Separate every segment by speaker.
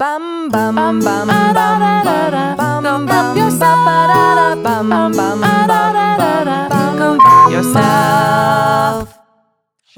Speaker 1: Bum bum bum bum bum bum bum bum yourself. Bum bum bum bum bum yourself.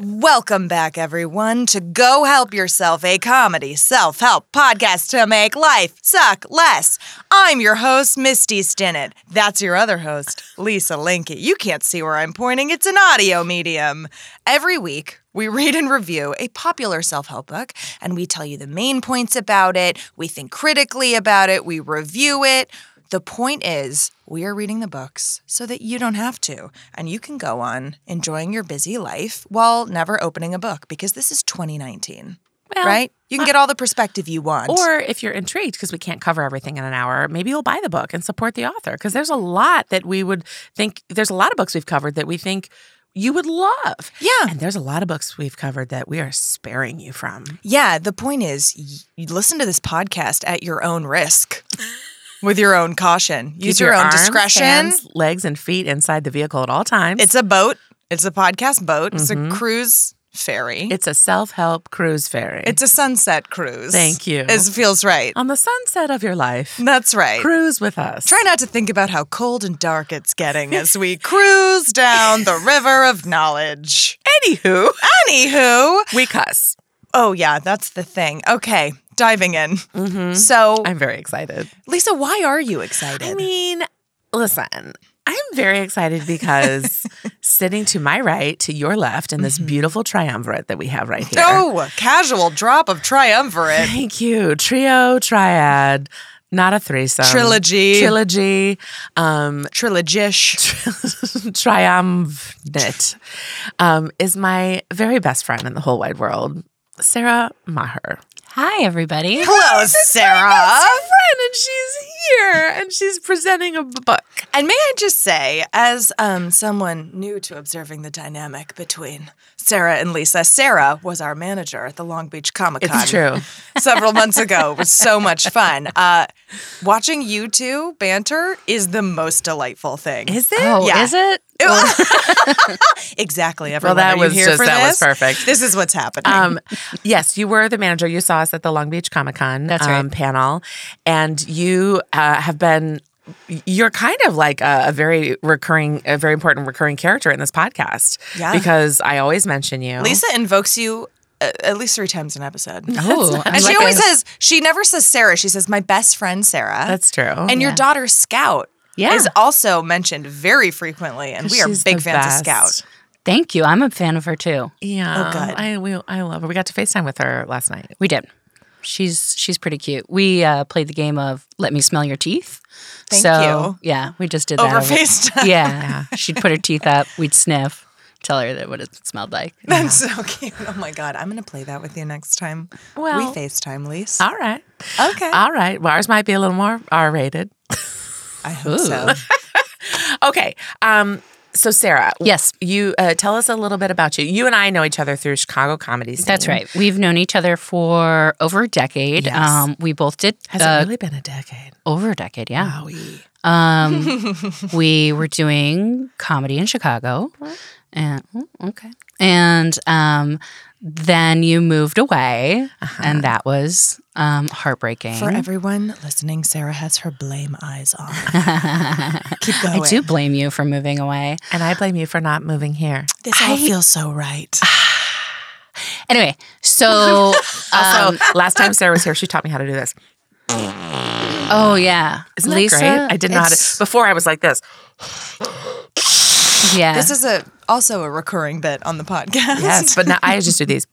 Speaker 2: Welcome back, everyone, to Go Help Yourself, a comedy self help podcast to make life suck less. I'm your host, Misty Stinnett. That's your other host, Lisa Linky. You can't see where I'm pointing, it's an audio medium. Every week, we read and review a popular self help book and we tell you the main points about it. We think critically about it, we review it. The point is, we are reading the books so that you don't have to, and you can go on enjoying your busy life while never opening a book because this is 2019,
Speaker 3: Well, uh,
Speaker 2: right? You can get all the perspective you want.
Speaker 3: Or if you're intrigued, because we can't cover everything in an hour, maybe you'll buy the book and support the author. Because there's a lot that we would think, there's a lot of books we've covered that we think you would love.
Speaker 2: yeah.
Speaker 3: And there's a lot of books we've covered that we are sparing you from.
Speaker 2: Yeah. The point is, y- you listen to this podcast at your own risk, with your own caution. Use
Speaker 3: Keep
Speaker 2: your, own
Speaker 3: arms,
Speaker 2: discretion.
Speaker 3: hands, legs, and feet inside the vehicle at all times.
Speaker 2: It's a boat, it's a podcast boat, it's a cruise ferry,
Speaker 3: Mm-hmm. it's a self help cruise ferry.
Speaker 2: it's a sunset cruise.
Speaker 3: Thank you. Um,
Speaker 2: It feels right.
Speaker 3: on the sunset of your life.
Speaker 2: That's right.
Speaker 3: Cruise with us.
Speaker 2: Try not to think about how cold and dark it's getting as we cruise down the river of knowledge.
Speaker 3: Anywho,
Speaker 2: Anywho,
Speaker 3: we cuss.
Speaker 2: oh yeah, that's the thing. Okay, diving in. So,
Speaker 3: Mm-hmm. I'm very excited.
Speaker 2: Lisa, why are you excited?
Speaker 3: I mean, listen, I'm very excited because sitting to my right, to your left, in this beautiful triumvirate that we have right here.
Speaker 2: oh, a casual drop of triumvirate.
Speaker 3: Thank you. Trio, triad, not a threesome.
Speaker 2: Trilogy.
Speaker 3: Trilogy, um,
Speaker 2: Trilogish.
Speaker 3: triumvirate, um, is my very best friend in the whole wide world, Sarah Maher.
Speaker 4: Hi, everybody.
Speaker 2: Hello, Sarah.
Speaker 3: Friend, and she's here and she's presenting a book.
Speaker 2: And may I just say, as um, someone new to observing the dynamic between Sarah and Lisa, Sarah was our manager at the Long Beach Comic Con.
Speaker 3: It's true.
Speaker 2: several months ago. It was so much fun. Uh, watching you two banter is the most delightful thing.
Speaker 3: Is it?
Speaker 4: Oh,
Speaker 2: Yeah.
Speaker 4: is it?
Speaker 2: exactly. Everyone,
Speaker 3: that
Speaker 2: Are you
Speaker 3: was
Speaker 2: here
Speaker 3: just-
Speaker 2: for
Speaker 3: that was
Speaker 2: this?
Speaker 3: perfect.
Speaker 2: This is what's happening.
Speaker 3: Um, yes, you were the manager. You saw us at the Long Beach Comic Con
Speaker 4: That's right.
Speaker 3: um, panel, and you uh, have been. You're kind of like a, a very recurring, a very important recurring character in this podcast.
Speaker 2: Yeah.
Speaker 3: because I always mention you,
Speaker 2: Lisa invokes you uh, at least three times an episode.
Speaker 4: Oh, I'm
Speaker 2: And she
Speaker 4: like
Speaker 2: always
Speaker 4: a-
Speaker 2: says she never says Sarah. She says my best friend Sarah.
Speaker 3: That's true.
Speaker 2: And your daughter Scout
Speaker 4: Yeah.
Speaker 2: is also mentioned very frequently, and we are
Speaker 3: She's
Speaker 2: big
Speaker 3: the
Speaker 2: fans
Speaker 3: best.
Speaker 2: of Scout.
Speaker 4: Thank you. I'm a fan of her too.
Speaker 3: Yeah,
Speaker 2: Oh, good.
Speaker 3: I we, I love her. We got to Facetime with her last night.
Speaker 4: We did. She's she's pretty cute. We uh, played the game of "Let me smell your teeth."
Speaker 2: Thank
Speaker 4: so, Yeah, we just did that
Speaker 2: Over FaceTime.
Speaker 4: Yeah, she'd put her teeth up. We'd sniff. Tell her that what it smelled like.
Speaker 2: That's so cute. Oh my god, I'm gonna play that with you next time.
Speaker 3: Well- uh,
Speaker 2: we FaceTime, Lise.
Speaker 3: All right,
Speaker 2: Okay.
Speaker 3: all right. Well, ours might be a little more R rated.
Speaker 2: I hope so.
Speaker 3: Okay. Um, so Sarah,
Speaker 4: Yes.
Speaker 3: you uh, tell us a little bit about you. You and I know each other through Chicago comedy. Scene.
Speaker 4: That's right. We've known each other for over a decade.
Speaker 3: Yes.
Speaker 4: Um, we both did
Speaker 3: Has
Speaker 4: uh,
Speaker 3: it really been a decade?
Speaker 4: over a decade. Yeah.
Speaker 3: Howie.
Speaker 4: Um, we were doing comedy in Chicago, and oh, okay, and um, then you moved away,
Speaker 3: Uh-huh.
Speaker 4: and that was um, heartbreaking.
Speaker 2: For everyone listening, Sarah has her blame eyes on. Keep
Speaker 4: I
Speaker 2: going.
Speaker 4: do blame you for moving away.
Speaker 3: And I blame you for not moving here.
Speaker 2: This all feels so right.
Speaker 3: Uh-huh.
Speaker 4: Anyway, so
Speaker 3: Also, Um, last time Sarah was here, she taught me how to do this.
Speaker 4: oh yeah,
Speaker 3: Isn't that great? I didn't know how to.
Speaker 2: it's-
Speaker 3: Before I was like this.
Speaker 4: Yeah,
Speaker 2: This is a also a recurring bit on the podcast.
Speaker 3: Yes, but now I just do these.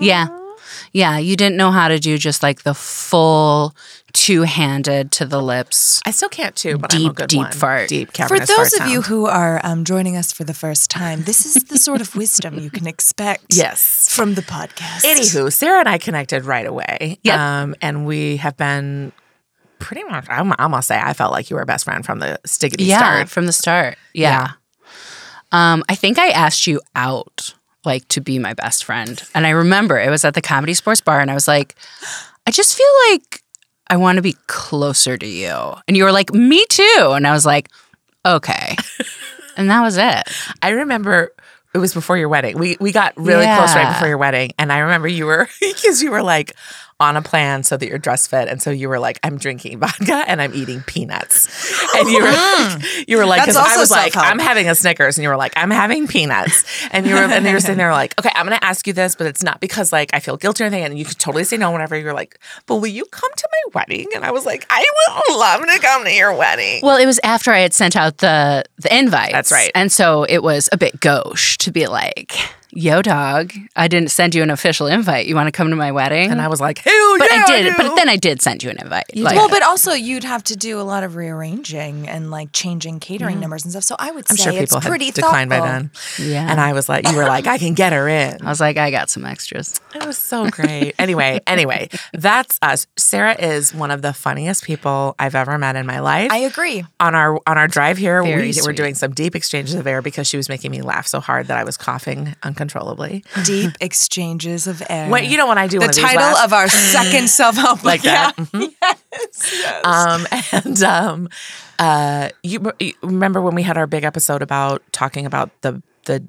Speaker 4: yeah, yeah. You didn't know how to do just like the full two-handed to the lips.
Speaker 3: I still can't too, but I'm a
Speaker 4: Deep,
Speaker 3: good
Speaker 4: deep
Speaker 3: one.
Speaker 4: fart.
Speaker 3: Deep
Speaker 2: For
Speaker 3: cavernous
Speaker 2: those
Speaker 3: fart
Speaker 2: of you
Speaker 3: sound.
Speaker 2: who are um, joining us for the first time, this is the sort of wisdom you can expect
Speaker 3: Yes.
Speaker 2: from the podcast.
Speaker 3: Anywho, Sarah and I connected right away.
Speaker 4: Yep.
Speaker 3: Um, and we have been pretty much, I'm, I must say, I felt like you were best friend from the stiggity
Speaker 4: yeah,
Speaker 3: start.
Speaker 4: from the start. Yeah. Um, I think I asked you out like to be my best friend, and I remember it was at the Comedy Sports Bar, and I was like, I just feel like I want to be closer to you, and you were like, me too, and I was like, okay, and that was it.
Speaker 3: I remember it was before your wedding. We we got really close right
Speaker 4: Yeah.
Speaker 3: before your wedding, and I remember you were because you were like, on a plan so that you're dress fit. And so you were like, I'm drinking vodka and I'm eating peanuts. And you were
Speaker 4: Hmm.
Speaker 3: like, you were like,
Speaker 2: That's
Speaker 3: because I
Speaker 2: also
Speaker 3: was like,
Speaker 2: self-help.
Speaker 3: I'm having a Snickers, and you were like, I'm having peanuts. And you were and you were sitting there like, okay, I'm gonna ask you this, but it's not because like I feel guilty or anything. And you could totally say no whenever you're like, but will you come to my wedding? And I was like, I would love to come to your wedding.
Speaker 4: Well, it was after I had sent out the the invite.
Speaker 3: That's right.
Speaker 4: And so it was a bit gauche to be like, "Yo, dog, I didn't send you an official invite. You want to come to my wedding?"
Speaker 3: and I was like, hell
Speaker 4: but
Speaker 3: yeah,
Speaker 4: I did.
Speaker 3: do.
Speaker 4: But then I did send you an invite. like,
Speaker 2: Well, but also you'd have to do a lot of rearranging and like changing catering numbers and stuff. So I would
Speaker 3: Mm. I'm
Speaker 2: say
Speaker 3: sure people
Speaker 2: it's
Speaker 3: had
Speaker 2: pretty
Speaker 3: declined by
Speaker 2: thoughtful.
Speaker 3: then.
Speaker 4: Yeah.
Speaker 3: And I was like, you were like, I can get her in.
Speaker 4: I was like, I got some extras.
Speaker 3: It was so great. anyway, anyway, that's us. Sarah is one of the funniest people I've ever met in my life.
Speaker 2: I agree.
Speaker 3: on our on our drive here,
Speaker 4: Very
Speaker 3: we were
Speaker 4: sweet.
Speaker 3: doing some deep exchanges of air because she was making me laugh so hard that I was coughing uncontrollably.
Speaker 2: Deep exchanges of air.
Speaker 3: Wait, you know when I do
Speaker 2: the
Speaker 3: one of these
Speaker 2: title
Speaker 3: laughs?
Speaker 2: of our second self help
Speaker 3: like that. Mhm. Um, and um, uh, you, you remember when we had our big episode about talking about the the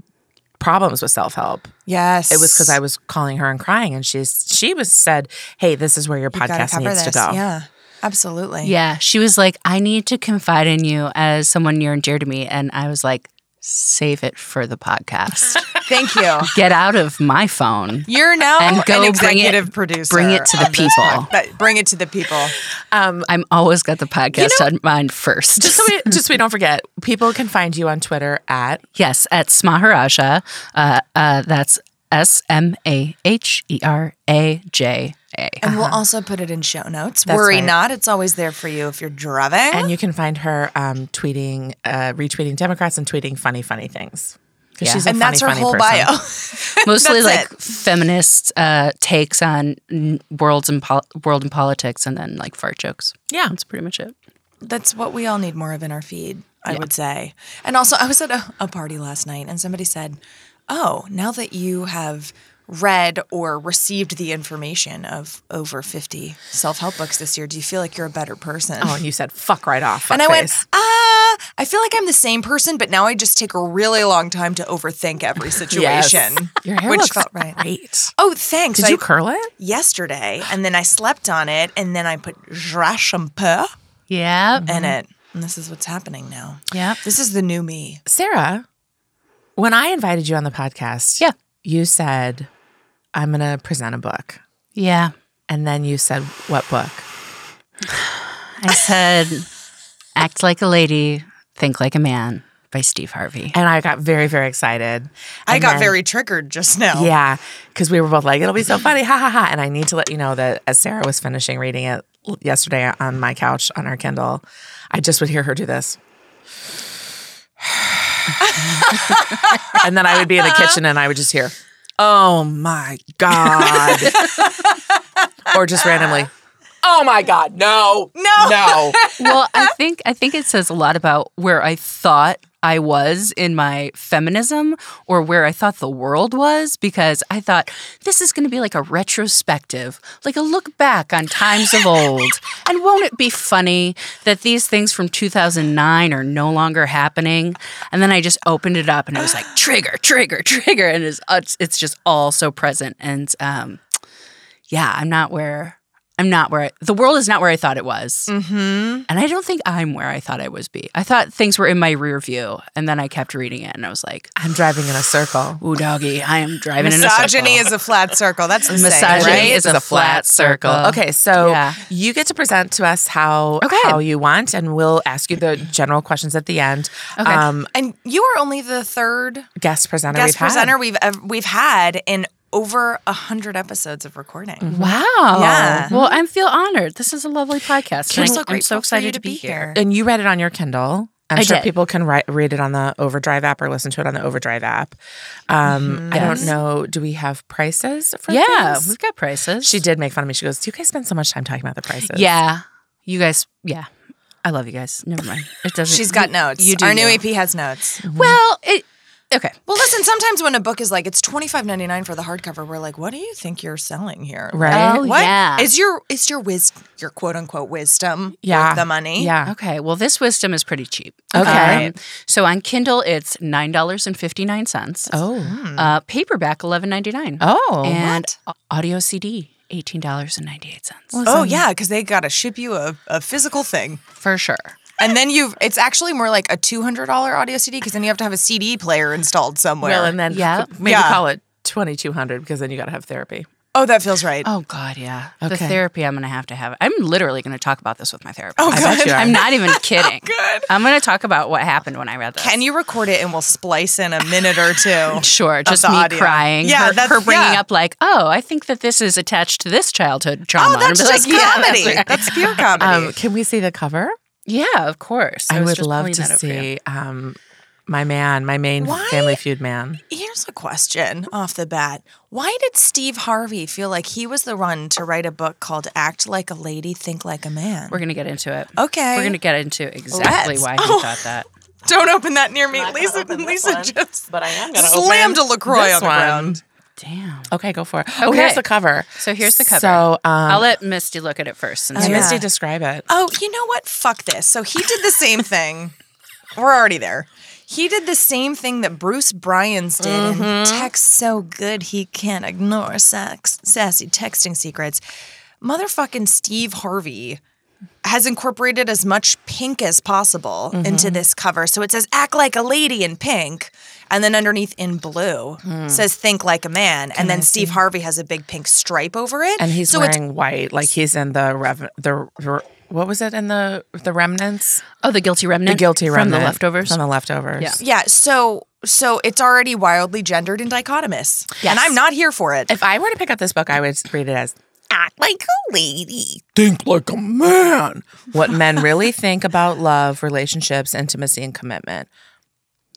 Speaker 3: problems with self help?
Speaker 2: Yes,
Speaker 3: It was because I was calling her and crying, and she's she was said, "Hey, this is where your
Speaker 2: gotta
Speaker 3: podcast
Speaker 2: cover
Speaker 3: needs to
Speaker 2: this.
Speaker 3: go."
Speaker 2: Yeah, absolutely.
Speaker 4: Yeah, she was like, "I need to confide in you as someone near and dear to me," and I was like, "Save it for the podcast.
Speaker 2: Thank you.
Speaker 4: Get out of my phone."
Speaker 2: You're now
Speaker 4: And go
Speaker 2: an
Speaker 4: bring it-
Speaker 2: executive producer.
Speaker 4: bring it to the
Speaker 2: of this
Speaker 4: people.
Speaker 2: pod- but bring it to the people.
Speaker 4: I'm always got the podcast on mine first.
Speaker 3: Just so we, just so we don't forget, people can find you on Twitter at
Speaker 4: Yes, at Smaharaja. Uh, uh, that's S M A H E R A J A.
Speaker 2: And we'll also put it in show notes. Worry
Speaker 3: right.
Speaker 2: not; it's always there for you if you're driving.
Speaker 3: and you can find her um, tweeting, uh, retweeting Democrats and tweeting funny, funny things. 'Cause
Speaker 4: Yeah.
Speaker 3: she's a
Speaker 2: And
Speaker 3: funny,
Speaker 2: that's her
Speaker 3: funny
Speaker 2: whole
Speaker 3: person.
Speaker 2: bio.
Speaker 4: Mostly like
Speaker 2: That's
Speaker 4: feminist uh, takes on n- worlds and pol- world and politics, and then like fart jokes.
Speaker 3: Yeah.
Speaker 4: that's pretty much it.
Speaker 2: That's what we all need more of in our feed, I would say. And also, I was at a, a party last night and somebody said, Oh, now that you have read or received the information of over 50 self help books this year, do you feel like you're a better person?
Speaker 3: Oh, and you said fuck right off.
Speaker 2: and I went,
Speaker 3: fuckface."
Speaker 2: Ah, I feel like I'm the same person, but now I just take a really long time to overthink every
Speaker 3: Yes.
Speaker 2: situation.
Speaker 3: Your hair
Speaker 2: which
Speaker 3: looks
Speaker 2: felt right.
Speaker 3: great.
Speaker 2: Oh, thanks.
Speaker 3: Did
Speaker 2: I-
Speaker 3: you curl it?
Speaker 2: yesterday, and then I slept on it, and then I put Jura Shampoo
Speaker 4: Yeah,
Speaker 2: in it. And this is what's happening now.
Speaker 4: yeah.
Speaker 2: This is the new me.
Speaker 3: Sarah, when I invited you on the podcast,
Speaker 4: Yeah.
Speaker 3: you said, I'm going to present a book.
Speaker 4: Yeah.
Speaker 3: And then you said, what book?
Speaker 4: I said, "Act like a lady, think like a man" by Steve Harvey.
Speaker 3: And I got very, very excited.
Speaker 2: I
Speaker 3: And
Speaker 2: got
Speaker 3: then-
Speaker 2: very triggered just now.
Speaker 3: Yeah, because we were both like, it'll be so funny, ha ha ha. And I need to let you know that as Sarah was finishing reading it l- yesterday on my couch on our Kindle, I just would hear her do this. and then I would be in the kitchen and I would just hear, oh my God. or just randomly, oh my God, no,
Speaker 2: No.
Speaker 3: no.
Speaker 4: well, I think I think it says a lot about where I thought I was in my feminism or where I thought the world was because I thought this is going to be like a retrospective, like a look back on times of old. And won't it be funny that these things from 2009 are no longer happening? And then I just opened it up and it was like trigger, trigger, trigger and it's it's- it's just all so present and um yeah, I'm not where I'm not where I, the world is not where I thought it was. And I don't think I'm where I thought I was be. I thought things were in my rear view, and then I kept reading it, and I was like,
Speaker 3: I'm driving in a circle.
Speaker 4: "Ooh, doggy, I am driving
Speaker 2: Misogyny
Speaker 4: in a circle."
Speaker 2: is a flat circle. That's the
Speaker 4: Misogyny
Speaker 2: saying, right?
Speaker 4: is a flat circle.
Speaker 3: Okay, so
Speaker 4: Yeah.
Speaker 3: you get to present to us how
Speaker 4: Okay.
Speaker 3: how you want, and we'll ask you the general questions at the end. Um,
Speaker 4: Okay.
Speaker 2: and you are only the third
Speaker 3: guest presenter
Speaker 2: guest
Speaker 3: we've
Speaker 2: presenter
Speaker 3: had.
Speaker 2: we've ev- we've had in over a hundred episodes of recording.
Speaker 4: Mm-hmm. Wow.
Speaker 2: Yeah.
Speaker 4: Well, I feel honored. This is a lovely podcast.
Speaker 2: We're
Speaker 4: and I-
Speaker 2: so
Speaker 4: I'm
Speaker 2: grateful
Speaker 4: so
Speaker 2: for
Speaker 4: excited
Speaker 2: you
Speaker 4: to be here.
Speaker 3: And you read it on your Kindle. I'm
Speaker 4: I
Speaker 3: sure
Speaker 4: did.
Speaker 3: people can ri- read it on the Overdrive app or listen to it on the Overdrive app. Um, I don't know. Do we have prices for
Speaker 4: Mm-hmm. Yeah,
Speaker 3: things?
Speaker 4: we've got prices.
Speaker 3: She did make fun of me. She goes, "Do you guys spend so much time talking about the prices?"
Speaker 4: Yeah. You guys. Yeah. I love you guys. Never mind. It doesn't.
Speaker 2: She's got
Speaker 4: you-
Speaker 2: notes.
Speaker 4: You do.
Speaker 2: Our new
Speaker 4: you.
Speaker 2: EP has notes.
Speaker 4: Well, it. Okay.
Speaker 2: Well, listen. Sometimes when a book is like it's twenty five ninety nine for the hardcover, we're like, "What do you think you're selling here?
Speaker 3: Right?
Speaker 4: Oh,
Speaker 2: What
Speaker 4: yeah.
Speaker 2: is your is your wis your quote unquote wisdom
Speaker 3: Yeah.
Speaker 2: worth the money?
Speaker 3: Yeah.
Speaker 4: Okay. Well, this wisdom is pretty cheap. Um,
Speaker 3: Okay.
Speaker 4: so on Kindle, it's nine dollars and fifty nine cents.
Speaker 3: Oh.
Speaker 2: Hmm.
Speaker 4: Uh, paperback eleven ninety nine.
Speaker 3: Oh.
Speaker 4: and a- audio CD eighteen dollars and ninety eight cents
Speaker 2: Oh yeah, because they gotta ship you a, a physical thing,
Speaker 4: for sure.
Speaker 2: and then you've it's actually more like a two hundred dollar audio CD because then you have to have a CD player installed somewhere.
Speaker 3: Well, and then
Speaker 4: Yeah.
Speaker 3: maybe
Speaker 2: Yeah.
Speaker 3: call it 2200 because then you got to have therapy.
Speaker 2: oh, that feels right.
Speaker 4: Oh God, yeah. The
Speaker 3: Okay.
Speaker 4: therapy I'm gonna have to have. I'm literally gonna talk about this with my therapist.
Speaker 2: Oh,
Speaker 4: I
Speaker 2: good.
Speaker 4: you are. I'm not even kidding. I'm gonna talk about what happened when I read this.
Speaker 2: Can you record it and we'll splice in a minute or two?
Speaker 4: Sure, just
Speaker 2: the
Speaker 4: me
Speaker 2: audio.
Speaker 4: crying.
Speaker 2: Yeah,
Speaker 4: her,
Speaker 2: that's-
Speaker 4: her bringing
Speaker 2: yeah.
Speaker 4: up like, oh, I think that this is attached to this childhood trauma.
Speaker 2: Oh,
Speaker 4: And
Speaker 2: that's
Speaker 4: I'll be
Speaker 2: just
Speaker 4: like, yeah, that's
Speaker 2: comedy.
Speaker 4: right.
Speaker 2: That's pure comedy.
Speaker 3: Um, can we see the cover?
Speaker 4: Yeah, of course.
Speaker 3: I
Speaker 4: was
Speaker 3: would
Speaker 4: just
Speaker 3: love
Speaker 4: pulling
Speaker 3: to
Speaker 4: that up for you.
Speaker 3: see um, my man, my main
Speaker 2: Why?
Speaker 3: Family Feud man.
Speaker 2: Here's a question off the bat. Why did Steve Harvey feel like he was the one to write a book called Act Like a Lady, Think Like a Man?
Speaker 4: We're gonna get into it.
Speaker 2: Okay.
Speaker 4: We're gonna get into exactly
Speaker 2: Let's.
Speaker 4: why he
Speaker 2: Oh.
Speaker 4: thought that.
Speaker 2: Don't open that near me. Lisa Lisa just
Speaker 3: But I am
Speaker 2: slammed a LaCroix on the ground.
Speaker 4: Damn.
Speaker 3: Okay, go for it. Oh,
Speaker 4: Okay.
Speaker 3: here's the cover.
Speaker 4: So here's the cover.
Speaker 3: So um, Oh,
Speaker 4: I'll
Speaker 3: I'll
Speaker 4: let Misty look at it first. Since
Speaker 2: yeah.
Speaker 3: Misty describe it.
Speaker 2: Oh, you know what? Fuck this. So he did the same thing. We're already there. He did the same thing that Bruce Bryans did in
Speaker 3: Mm-hmm.
Speaker 2: Text So Good He Can't Ignore sex, Sassy Texting Secrets. Motherfucking Steve Harvey has incorporated as much pink as possible
Speaker 3: Mm-hmm.
Speaker 2: into this cover. So it says act like a lady in pink. And then underneath in blue
Speaker 3: Hmm.
Speaker 2: says think like a man. and then Steve Harvey has a big pink stripe over it.
Speaker 3: And he's
Speaker 2: so it's
Speaker 3: wearing white, like he's in the rev- the re- what was it in the the remnants,
Speaker 4: oh, the guilty remnant.
Speaker 3: the guilty remnant
Speaker 4: from the leftovers.
Speaker 3: from the leftovers.
Speaker 4: Yeah.
Speaker 2: Yeah, so so it's already wildly gendered and dichotomous.
Speaker 4: Yes.
Speaker 2: And I'm not here for it.
Speaker 3: If I were to pick up this book, I would read it as
Speaker 1: Act like a lady.
Speaker 3: think like a man. What men really think about love, relationships, intimacy, and commitment.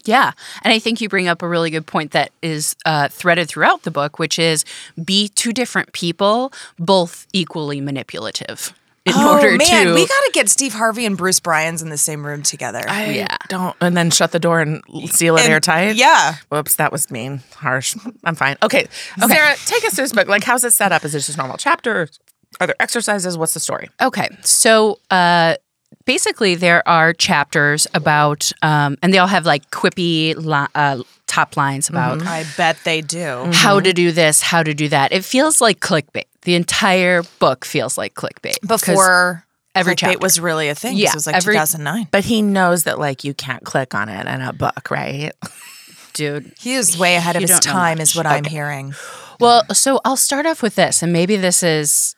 Speaker 4: Yeah. And I think you bring up a really good point that is uh, threaded throughout the book, which is be two different people, both equally manipulative in
Speaker 2: oh
Speaker 4: order
Speaker 2: man,
Speaker 4: to.
Speaker 2: we gotta get Steve Harvey and Bruce Bryans in the same room together.
Speaker 3: I
Speaker 4: Yeah.
Speaker 3: don't. And then shut the door and seal it
Speaker 2: And-
Speaker 3: airtight.
Speaker 2: Yeah.
Speaker 3: Whoops, that was mean, harsh. I'm fine. Okay, Sarah, take us through this book. Like, how's it set up? Is it just a normal chapter? Are there exercises? What's the story?
Speaker 4: Okay. So uh, basically, there are chapters about, um, and they all have like quippy li- uh, top lines about
Speaker 3: Mm-hmm.
Speaker 2: I bet they do.
Speaker 4: how to do this, how to do that. It feels like clickbait. The entire book feels like clickbait. 'Cause-
Speaker 2: Before
Speaker 4: every
Speaker 2: clickbait
Speaker 4: chapter.
Speaker 2: was really a thing.
Speaker 4: Yeah,
Speaker 2: This was like
Speaker 4: every-
Speaker 2: 2009.
Speaker 3: But he knows that like you can't click on it in a book, right?
Speaker 4: dude.
Speaker 2: He is way ahead of
Speaker 4: You
Speaker 2: his
Speaker 4: don't know
Speaker 2: time, is what I'm hearing.
Speaker 4: Well, so I'll start off with this, and maybe this is,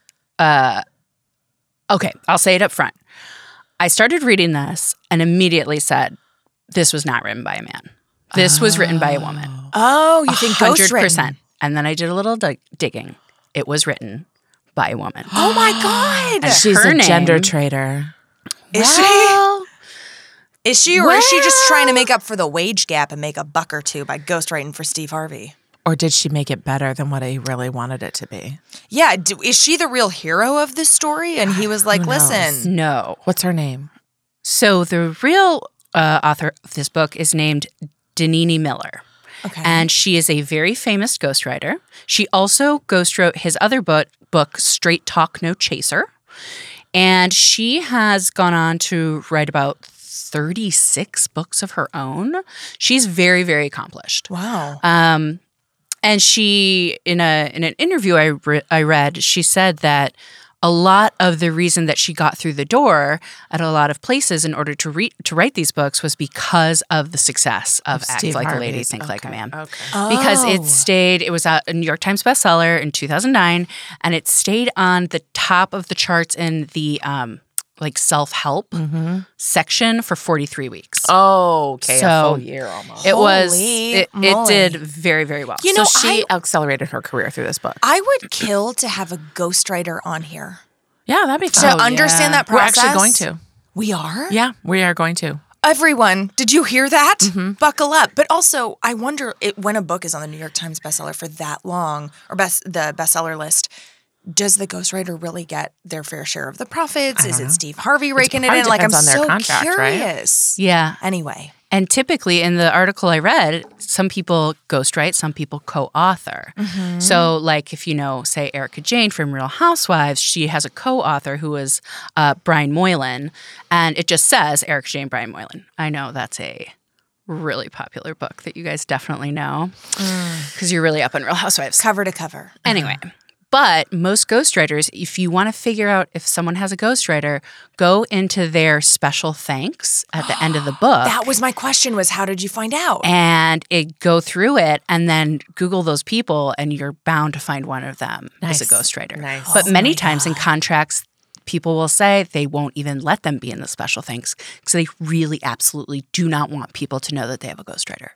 Speaker 4: uh, okay. I'll say it up front. I started reading this and immediately said, "This was not written by a man. This was written by a woman."
Speaker 2: Oh, you think
Speaker 4: Hundred
Speaker 2: ghostwritten?
Speaker 4: percent. And then I did a little dig- digging. It was written by a woman.
Speaker 2: Oh my god.
Speaker 4: And She's
Speaker 3: She's
Speaker 4: Her a
Speaker 3: a
Speaker 4: name- gender
Speaker 3: gender traitor.
Speaker 2: Is
Speaker 4: Well,
Speaker 2: she is she or is she just trying to make up for the wage gap and make a buck or two by ghostwriting for Steve Harvey?
Speaker 3: Or did she make it better than what he really wanted it to be?
Speaker 2: Yeah, do, is she the real hero of this story? And he was like, "Listen,
Speaker 4: no.
Speaker 3: What's her name?
Speaker 4: So the real uh, author of this book is named Danini Miller.
Speaker 2: Okay.
Speaker 4: And she is a very famous ghostwriter. She also ghostwrote his other book, book Straight Talk No Chaser. And she has gone on to write about 36 books of her own. She's very, very accomplished.
Speaker 2: wow,
Speaker 4: Um, and she in a in an interview I re- I read, she said that a lot of the reason that she got through the door at a lot of places in order to read to write these books was because of the success of, Act
Speaker 3: Steve
Speaker 4: Like a Lady,
Speaker 3: Harvey's.
Speaker 4: Think Like a Man.
Speaker 3: Okay.
Speaker 4: Because it stayed, it was a a New York Times bestseller in 2009, and it stayed on the top of the charts in the um, like self help section for 43 weeks.
Speaker 3: Oh, okay.
Speaker 4: So-
Speaker 3: a full year almost.
Speaker 4: It was.
Speaker 2: Holy
Speaker 4: It, it
Speaker 2: moly.
Speaker 4: did very, very well.
Speaker 2: You
Speaker 4: So
Speaker 2: know,
Speaker 3: she accelerated her career through this book.
Speaker 2: I would kill to have a ghostwriter on here
Speaker 3: Yeah, that'd be
Speaker 2: to
Speaker 3: fun.
Speaker 2: understand
Speaker 4: yeah.
Speaker 2: that
Speaker 3: Oh, We're
Speaker 2: process.
Speaker 3: actually going to.
Speaker 2: We are.
Speaker 3: Yeah, we are going to.
Speaker 2: Everyone, did you hear that?
Speaker 3: Mm-hmm.
Speaker 2: Buckle up. But also, I wonder it, when a book is on the New York Times bestseller for that long, or best the bestseller list. Does the ghostwriter really get their fair share of the profits? Is it Steve Harvey raking it
Speaker 3: probably
Speaker 2: in? Like I'm
Speaker 3: depends on their
Speaker 2: so
Speaker 3: contract, right?
Speaker 2: curious.
Speaker 4: Yeah.
Speaker 2: Anyway,
Speaker 4: And typically in the article I read, some people ghostwrite, some people co author. So, like if you know, say, Erica Jane from Real Housewives, she has a co author who is uh, Brian Moylan. And it just says Erica Jane, Brian Moylan. I know that's a really popular book that you guys definitely know because you're really up on Real Housewives.
Speaker 2: cover to cover.
Speaker 4: Anyway, But most ghostwriters, if you want to figure out if someone has a ghostwriter, go into their special thanks at the end of the book
Speaker 2: That was my question was how did you find out?
Speaker 4: and it go through it and then Google those people and you're bound to find one of them as
Speaker 3: Nice.
Speaker 4: a ghostwriter.
Speaker 3: Nice.
Speaker 4: But many times in contracts, people will say they won't even let them be in the special thanks because they really absolutely do not want people to know that they have a ghostwriter.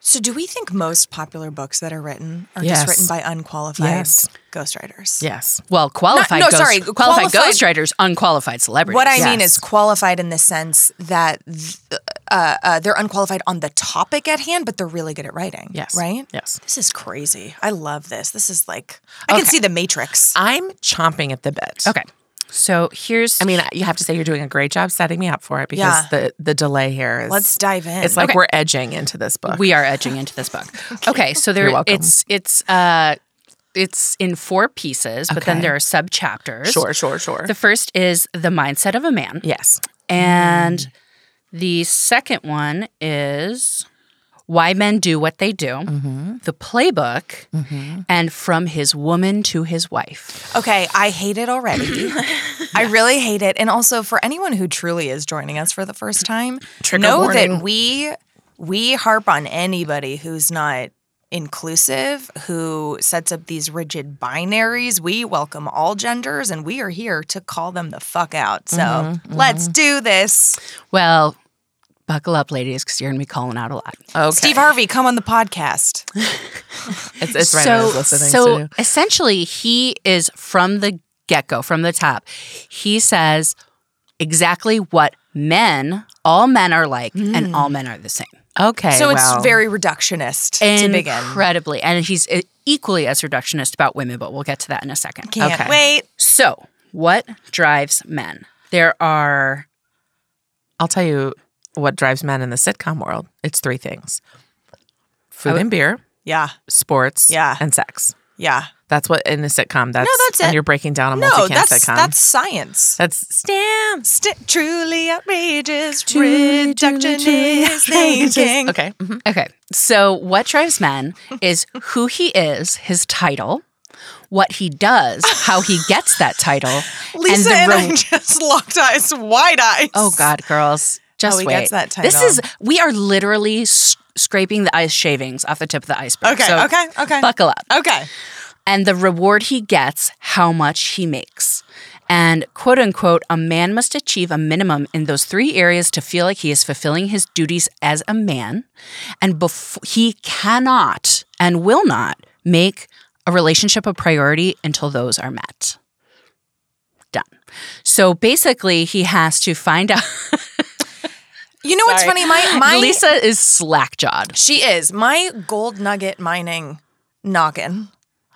Speaker 2: so do we think most popular books that are written are
Speaker 3: Yes.
Speaker 2: just written by unqualified
Speaker 3: Yes.
Speaker 2: ghostwriters?
Speaker 3: Yes.
Speaker 4: Well, qualified
Speaker 2: no,
Speaker 4: ghost-
Speaker 2: sorry,
Speaker 4: qualified,
Speaker 2: qualified-
Speaker 4: ghostwriters, unqualified celebrities.
Speaker 2: What I mean is qualified in the sense that th- uh, uh, they're unqualified on the topic at hand, but they're really good at writing.
Speaker 3: Yes.
Speaker 2: Right?
Speaker 3: Yes.
Speaker 2: This is crazy. I love this. This is like, I can see the Matrix.
Speaker 3: I'm chomping at the bit.
Speaker 4: Okay. So here's
Speaker 3: I mean, you have to say you're doing a great job setting me up for it because
Speaker 2: Yeah.
Speaker 3: the the delay here is
Speaker 2: Let's dive in.
Speaker 3: It's like
Speaker 4: Okay.
Speaker 3: we're edging into this book.
Speaker 4: we are edging into this book. Okay, so there
Speaker 3: You're welcome.
Speaker 4: it's it's uh it's in four pieces, but then
Speaker 3: Okay.
Speaker 4: there are sub chapters.
Speaker 3: sure, sure, sure.
Speaker 4: The first is the mindset of a man,
Speaker 3: yes.
Speaker 4: and the second one is why men do what they do, the playbook, and from his woman to his wife.
Speaker 2: Okay, I hate it already. I really hate it. And also for anyone who truly is joining us for the first time,
Speaker 3: Trigger
Speaker 2: know that
Speaker 3: warning.
Speaker 2: we we harp on anybody who's not inclusive, who sets up these rigid binaries. We welcome all genders and we are here to call them the fuck out. So,
Speaker 3: Mm-hmm,
Speaker 2: let's do this.
Speaker 4: Well, buckle up, ladies, because you're gonna be calling out a lot.
Speaker 3: Okay.
Speaker 2: Steve Harvey, come on the podcast.
Speaker 3: It's, it's right on his list of things
Speaker 4: so
Speaker 3: to do.
Speaker 4: essentially, he is from the get go, from the top. He says exactly what men, all men are like, and all men are the same.
Speaker 3: Okay.
Speaker 2: so
Speaker 3: well,
Speaker 2: it's very reductionist to begin.
Speaker 4: Incredibly. And he's uh, equally as reductionist about women, but we'll get to that in a second.
Speaker 2: Can't
Speaker 3: Okay.
Speaker 2: wait.
Speaker 4: So, what drives men? There are,
Speaker 3: I'll tell you what drives men in the sitcom world. It's three things. Food and beer,
Speaker 2: Yeah.
Speaker 3: sports,
Speaker 2: Yeah.
Speaker 3: and sex.
Speaker 2: Yeah.
Speaker 3: That's what in a sitcom. That's
Speaker 2: that's
Speaker 3: and
Speaker 2: it.
Speaker 3: you're breaking down a
Speaker 2: No,
Speaker 3: multi-cam
Speaker 2: that's
Speaker 3: sitcom.
Speaker 2: that's science.
Speaker 3: that's stamps.
Speaker 2: St- truly outrageous
Speaker 4: Truly, truly, truly
Speaker 2: reductionist thinking.
Speaker 3: Okay. mhm.
Speaker 4: okay. mm-hmm. So, what drives men is who he is, his title, what he does, how he gets that title,
Speaker 2: Lisa
Speaker 4: and
Speaker 2: and,
Speaker 4: the
Speaker 2: I just locked eyes, wide eyes.
Speaker 4: Oh God, girls, just
Speaker 2: he
Speaker 4: wait.
Speaker 2: gets that
Speaker 4: This
Speaker 2: title.
Speaker 4: is we are literally s- scraping the ice shavings off the tip of the iceberg.
Speaker 2: Okay,
Speaker 4: so
Speaker 2: okay, okay.
Speaker 4: Buckle up.
Speaker 2: Okay.
Speaker 4: And the reward he gets, how much he makes. And quote unquote, a man must achieve a minimum in those three areas to feel like he is fulfilling his duties as a man. And bef- he cannot and will not make a relationship a priority until those are met. Done. So basically, he has to find out.
Speaker 2: You know what's funny? My my
Speaker 4: Lisa is slack jawed.
Speaker 2: she is my gold nugget mining noggin.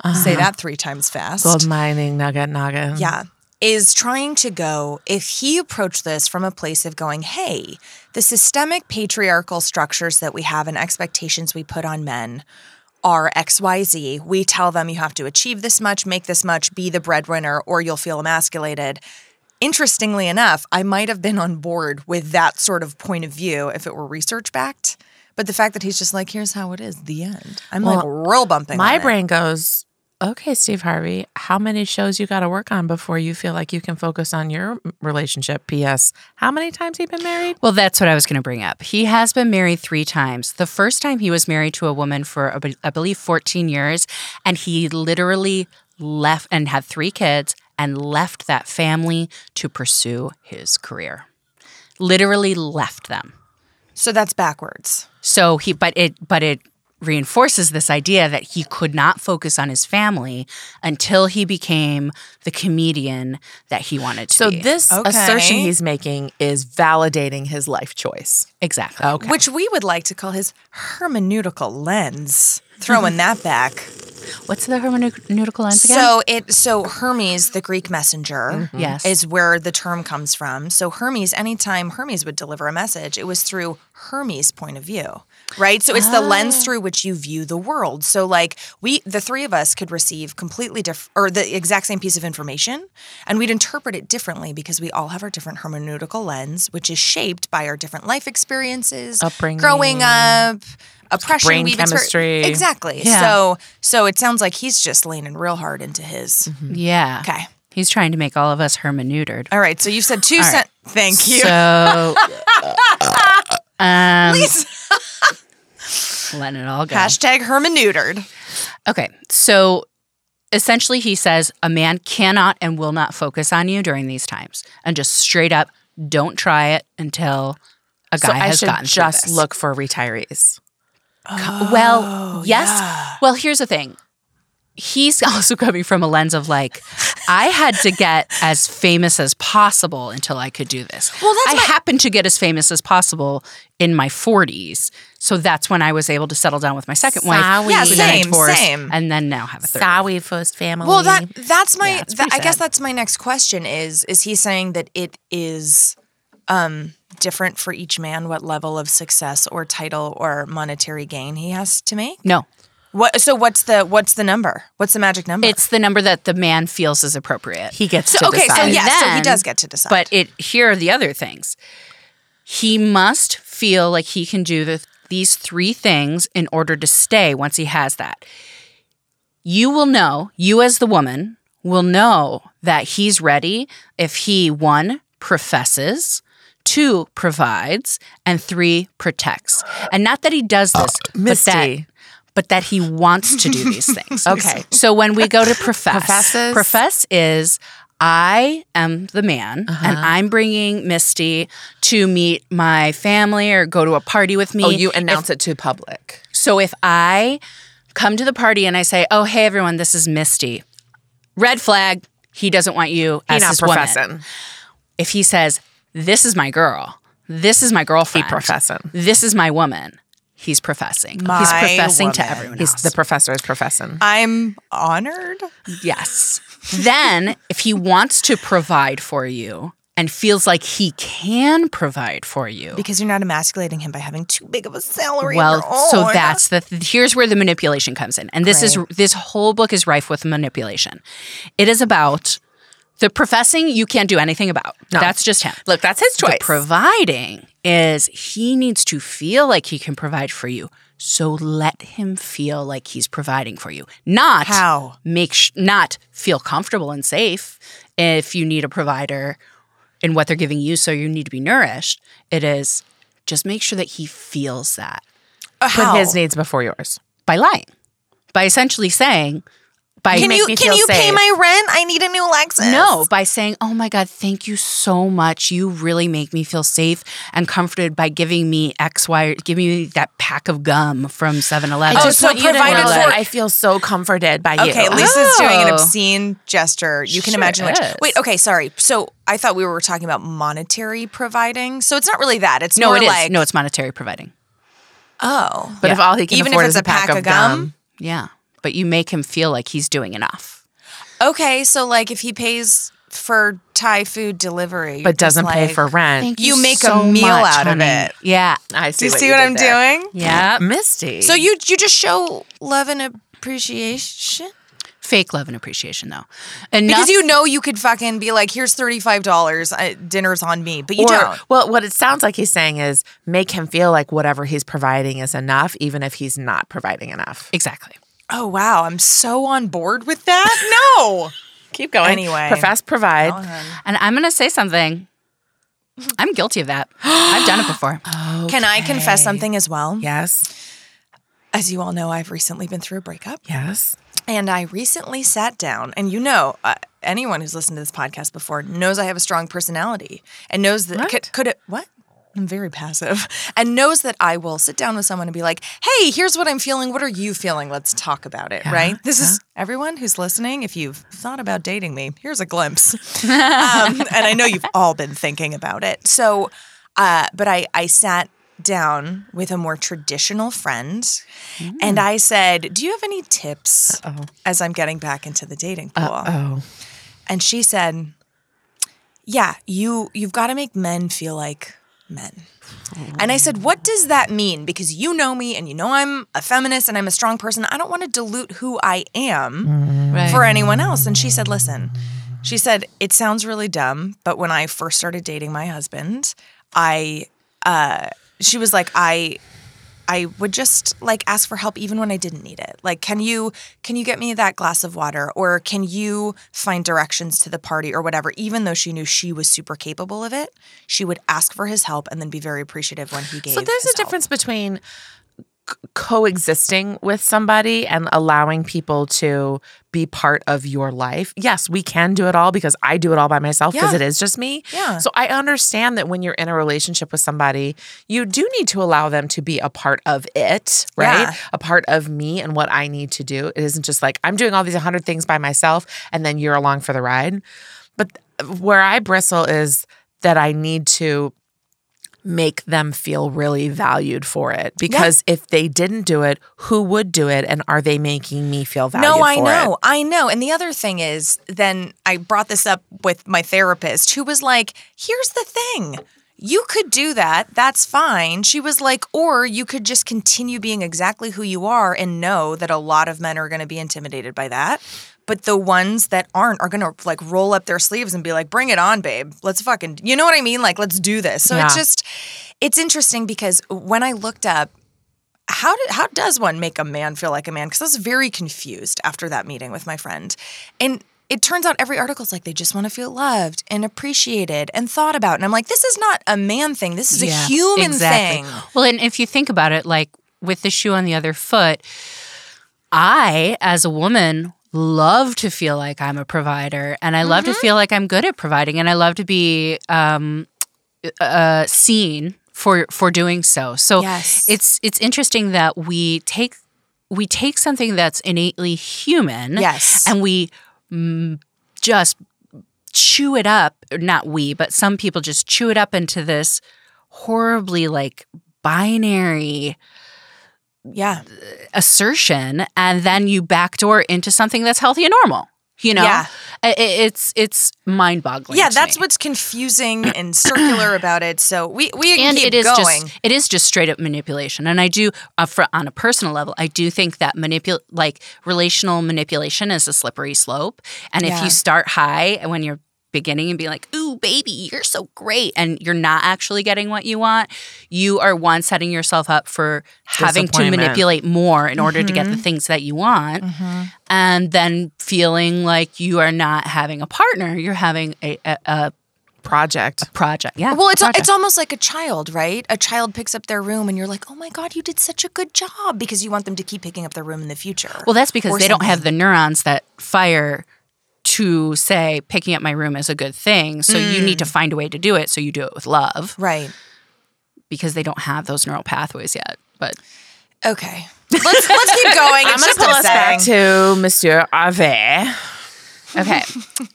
Speaker 4: Uh-huh.
Speaker 2: Say that three times fast.
Speaker 3: Gold mining, nugget, nugget.
Speaker 2: Yeah. Is trying to go, if he approached this from a place of going, hey, the systemic patriarchal structures that we have and expectations we put on men are XYZ. We tell them you have to achieve this much, make this much, be the breadwinner, or you'll feel emasculated. Interestingly enough, I might have been on board with that sort of point of view if it were research backed. But the fact that he's just like, here's how it is, the end. I'm like real bumping.
Speaker 3: My
Speaker 2: on it.
Speaker 3: brain goes, okay, Steve Harvey, how many shows you got to work on before you feel like you can focus on your relationship? P.S. How many times he been married?
Speaker 4: Well, that's what I was going to bring up. He has been married three times. The first time he was married to a woman for, I be- I believe, 14 years, and he literally left and had three kids and left that family to pursue his career. Literally left them.
Speaker 2: So that's backwards.
Speaker 4: So he, but it, but it reinforces this idea that he could not focus on his family until he became the comedian that he wanted to
Speaker 3: So
Speaker 4: be.
Speaker 3: this
Speaker 2: Okay.
Speaker 3: assertion he's making is validating his life choice.
Speaker 4: exactly.
Speaker 3: Okay.
Speaker 2: which we would like to call his hermeneutical lens. Throwing that back.
Speaker 4: What's the hermeneutical lens again?
Speaker 2: So it so Hermes, the Greek messenger,
Speaker 3: Mm-hmm.
Speaker 4: Yes.
Speaker 2: is where the term comes from. So Hermes, anytime Hermes would deliver a message, it was through Hermes' point of view. Right? So it's the
Speaker 3: Ah.
Speaker 2: lens through which you view the world. So like we the three of us could receive completely different or the exact same piece of information and we'd interpret it differently because we all have our different hermeneutical lens, which is shaped by our different life experiences,
Speaker 3: Upbringing.
Speaker 2: growing up, oppression
Speaker 3: brain
Speaker 2: we've exper-
Speaker 3: chemistry.
Speaker 2: exactly
Speaker 4: Yeah.
Speaker 2: so so it sounds like he's just leaning real hard into his
Speaker 4: Yeah.
Speaker 2: okay
Speaker 4: He's trying to make all of us hermeneutered.
Speaker 2: all right so you've said two
Speaker 4: right.
Speaker 2: cent thank you
Speaker 4: So, um, letting it all go.
Speaker 2: hashtag hermeneutered
Speaker 4: Okay. So essentially, he says a man cannot and will not focus on you during these times. And just straight up, don't try it until a guy
Speaker 3: So I
Speaker 4: has
Speaker 3: should
Speaker 4: gotten through
Speaker 3: just
Speaker 4: this.
Speaker 3: look for retirees.
Speaker 2: Oh,
Speaker 4: Well, yes. Well, here's the thing. He's also coming from a lens of like, I had to get as famous as possible until I could do this. Well,
Speaker 2: that's
Speaker 4: I happened to get as famous as possible in my 40s, so that's when I was able to settle down with my second wife.
Speaker 3: Sorry.
Speaker 2: Yeah,
Speaker 4: who then I
Speaker 2: same,
Speaker 4: divorced,
Speaker 2: same.
Speaker 4: and then now have a third.
Speaker 3: Sorry, first family.
Speaker 2: well that that's my
Speaker 4: it's
Speaker 2: that,
Speaker 4: pretty
Speaker 2: i guess
Speaker 4: sad.
Speaker 2: that's my next question is is he saying that it is um different for each man what level of success or title or monetary gain he has to make
Speaker 4: No,
Speaker 2: what so what's the what's the number what's the magic number
Speaker 4: it's the number that the man feels is appropriate.
Speaker 3: he gets to
Speaker 2: okay so
Speaker 3: decide.
Speaker 2: yeah so he
Speaker 4: then-
Speaker 2: does get to decide
Speaker 4: But it here are the other things. He must feel like he can do the, these three things in order to stay once he has that. You will know, you as the woman will know that he's ready if he one professes, two provides, and three protects. And not that he does this, but that
Speaker 3: Misty.
Speaker 4: but that he wants to do these things.
Speaker 3: Okay.
Speaker 4: So when we go to profess,
Speaker 3: Professes?
Speaker 4: profess is I am the man
Speaker 3: Uh-huh.
Speaker 4: and I'm bringing Misty to meet my family or go to a party with me.
Speaker 3: Oh, you announce it to public.
Speaker 4: so if I come to the party and I say, "Oh, hey everyone, this is Misty." Red flag. He doesn't want you
Speaker 3: He
Speaker 4: as
Speaker 3: not
Speaker 4: his woman.
Speaker 3: professing.
Speaker 4: If he says, "This is my girl. This is my girlfriend."
Speaker 3: professing.
Speaker 4: This is my woman. He's professing. He's
Speaker 2: My
Speaker 4: professing to
Speaker 2: woman.
Speaker 4: everyone
Speaker 3: He's
Speaker 4: else.
Speaker 3: the professor is professing.
Speaker 2: i'm honored
Speaker 4: Yes. then, if he wants to provide for you and feels like he can provide for you,
Speaker 2: because you're not emasculating him by having too big of a salary. of
Speaker 4: well,
Speaker 2: your
Speaker 4: so
Speaker 2: own.
Speaker 4: that's the th- here's where the manipulation comes in. And this is this whole book is rife with manipulation. It is about the professing you can't do anything about. That's just him.
Speaker 3: Look, that's his choice.
Speaker 4: The providing is he needs to feel like he can provide for you. So let him feel like he's providing for you. Not
Speaker 2: How?
Speaker 4: make sh- not feel comfortable and safe if you need a provider in what they're giving you so you need to be nourished. It is just make sure that he feels that
Speaker 2: Uh,
Speaker 3: Put
Speaker 2: how?
Speaker 3: his needs before yours.
Speaker 4: by lying. By essentially saying by
Speaker 2: Can
Speaker 3: make
Speaker 2: you
Speaker 3: me
Speaker 2: can
Speaker 3: feel
Speaker 2: you pay
Speaker 3: safe.
Speaker 2: my rent? I need a new Lexus.
Speaker 4: No, by saying, "Oh my god, thank you so much. You really make me feel safe and comforted by giving me X, Y, giving me that pack of gum from 7-Eleven.
Speaker 3: Oh,
Speaker 2: I just Oh, so want you to provided know that for-
Speaker 3: I feel so comforted by you.
Speaker 2: Okay, Lisa's doing an
Speaker 4: Oh.
Speaker 2: obscene gesture. You can
Speaker 4: Sure
Speaker 2: imagine which.
Speaker 4: is.
Speaker 2: Wait, okay, sorry. So I thought we were talking about monetary providing. So it's not really that. It's
Speaker 4: no,
Speaker 2: more
Speaker 4: it is
Speaker 2: like
Speaker 4: no, it's monetary providing.
Speaker 2: oh,
Speaker 3: But if all he can
Speaker 2: even if
Speaker 3: afford
Speaker 2: it's
Speaker 3: is a pack, of gum,
Speaker 4: Yeah, but you make him feel like he's doing enough.
Speaker 2: okay. So like if he pays for Thai food delivery, you're
Speaker 3: but
Speaker 2: just
Speaker 3: doesn't pay
Speaker 2: like,
Speaker 3: for rent.
Speaker 2: you make a meal out of it.
Speaker 4: Yeah,
Speaker 3: I
Speaker 2: Do
Speaker 3: see.
Speaker 2: you see what
Speaker 3: did
Speaker 2: I'm
Speaker 3: there.
Speaker 2: doing?
Speaker 4: yeah.
Speaker 3: Misty.
Speaker 2: So you you just show love and appreciation.
Speaker 4: Fake love and appreciation, though, and
Speaker 2: Because you know you could fucking be like, here's thirty five dollars, uh, dinner's on me, but you
Speaker 3: or,
Speaker 2: don't.
Speaker 3: Well, what it sounds like he's saying is make him feel like whatever he's providing is enough, even if he's not providing enough.
Speaker 4: exactly.
Speaker 2: Oh wow, I'm so on board with that. No,
Speaker 3: Keep going.
Speaker 2: Anyway.
Speaker 3: profess, provide.
Speaker 4: And I'm gonna say something. I'm guilty of that. I've done it before.
Speaker 2: can I confess something as well?
Speaker 3: Yes.
Speaker 2: As you all know, I've recently been through a breakup,
Speaker 3: Yes.
Speaker 2: and I recently sat down. And you know, uh, anyone who's listened to this podcast before knows I have a strong personality, and knows that could, could it what. I'm very passive and knows that I will sit down with someone and be like, hey, here's what I'm feeling. What are you feeling? Let's talk about it, right? This is everyone who's listening. If you've thought about dating me, here's a glimpse. um, and I know you've all been thinking about it. So, uh, but I, I sat down with a more traditional friend and I said, Do you have any tips as I'm getting back into the dating pool?
Speaker 3: Oh.
Speaker 2: And she said, Yeah, you, you've got to make men feel like men. And I said, What does that mean? Because you know me and you know I'm a feminist and I'm a strong person. I don't want to dilute who I am
Speaker 4: Right.
Speaker 2: for anyone else. And she said, Listen, she said, it sounds really dumb, but when I first started dating my husband, I, uh, she was like, I, I would just like ask for help even when I didn't need it. Like, can you can you get me that glass of water or can you find directions to the party or whatever? Even though she knew she was super capable of it, she would ask for his help and then be very appreciative when he gave.
Speaker 3: So there's
Speaker 2: his
Speaker 3: a difference between c- coexisting with somebody and allowing people to be part of your life. Yes, we can do it all because I do it all by myself because
Speaker 2: Yeah.
Speaker 3: it is just me.
Speaker 2: Yeah.
Speaker 3: So I understand that when you're in a relationship with somebody, you do need to allow them to be a part of it, right?
Speaker 2: Yeah.
Speaker 3: A part of me and what I need to do. It isn't just like I'm doing all these 100 things by myself and then you're along for the ride. But th- where I bristle is that I need to make them feel really valued for it because if they didn't do it, who would do it and are they making me feel valued
Speaker 2: No, I
Speaker 3: for it?
Speaker 2: know. I know. And the other thing is, then I brought this up with my therapist who was like, here's the thing. You could do that. That's fine. She was like, or you could just continue being exactly who you are and know that a lot of men are going to be intimidated by that. But the ones that aren't are going to like roll up their sleeves and be like, bring it on, babe. Let's fucking, you know what I mean? Like, let's do this. So it's
Speaker 3: Yeah.
Speaker 2: just, it's interesting because when I looked up, how did how does one make a man feel like a man? Because I was very confused after that meeting with my friend, and it turns out every article's like they just want to feel loved and appreciated and thought about. And I'm like, this is not a man thing. This is a human
Speaker 4: exactly.
Speaker 2: thing.
Speaker 4: Well, and if you think about it, like with the shoe on the other foot, I, as a woman, love to feel like I'm a provider and I love to
Speaker 2: Mm-hmm.
Speaker 4: feel like I'm good at providing and I love to be um, uh, seen for for doing so. So
Speaker 2: Yes.
Speaker 4: it's it's interesting that we take we take something that's innately human
Speaker 2: Yes.
Speaker 4: and we mm, just chew it up not we but some people just chew it up into this horribly like binary
Speaker 2: Yeah,
Speaker 4: assertion and then you backdoor into something that's healthy and normal you know
Speaker 2: Yeah.
Speaker 4: I- I- it's it's mind-boggling
Speaker 2: yeah.
Speaker 4: to
Speaker 2: That's
Speaker 4: me.
Speaker 2: what's confusing and circular about it. So we we can
Speaker 4: and
Speaker 2: keep
Speaker 4: it is
Speaker 2: going.
Speaker 4: just it is just straight up manipulation and i do uh, for, on a personal level i do think that manipul like relational manipulation is a slippery slope and if
Speaker 2: Yeah.
Speaker 4: you start high and when you're beginning and be like ooh baby you're so great and you're not actually getting what you want you are one setting yourself up for having to
Speaker 3: Disappointment.
Speaker 4: manipulate more in order to get
Speaker 2: Mm-hmm.
Speaker 4: the things that you want and then feeling like you are not having a partner you're having a, a, a
Speaker 3: Project.
Speaker 4: project yeah
Speaker 2: Well, it's
Speaker 4: project.
Speaker 2: it's almost like a child, right? A child picks up their room, and you're like, "Oh my god, you did such a good job!" Because you want them to keep picking up their room in the future.
Speaker 4: Well, that's because
Speaker 2: or
Speaker 4: they don't have the neurons that fire to say picking up my room is a good thing. So you need to
Speaker 2: Mm.
Speaker 4: find a way to do it. So you do it with love
Speaker 2: right.
Speaker 4: because they don't have those neural pathways yet. But
Speaker 2: Okay. Let's let's keep going. It's
Speaker 3: I'm going
Speaker 2: just
Speaker 3: to pull us back
Speaker 2: upsetting.
Speaker 3: to Monsieur Ave.
Speaker 4: okay.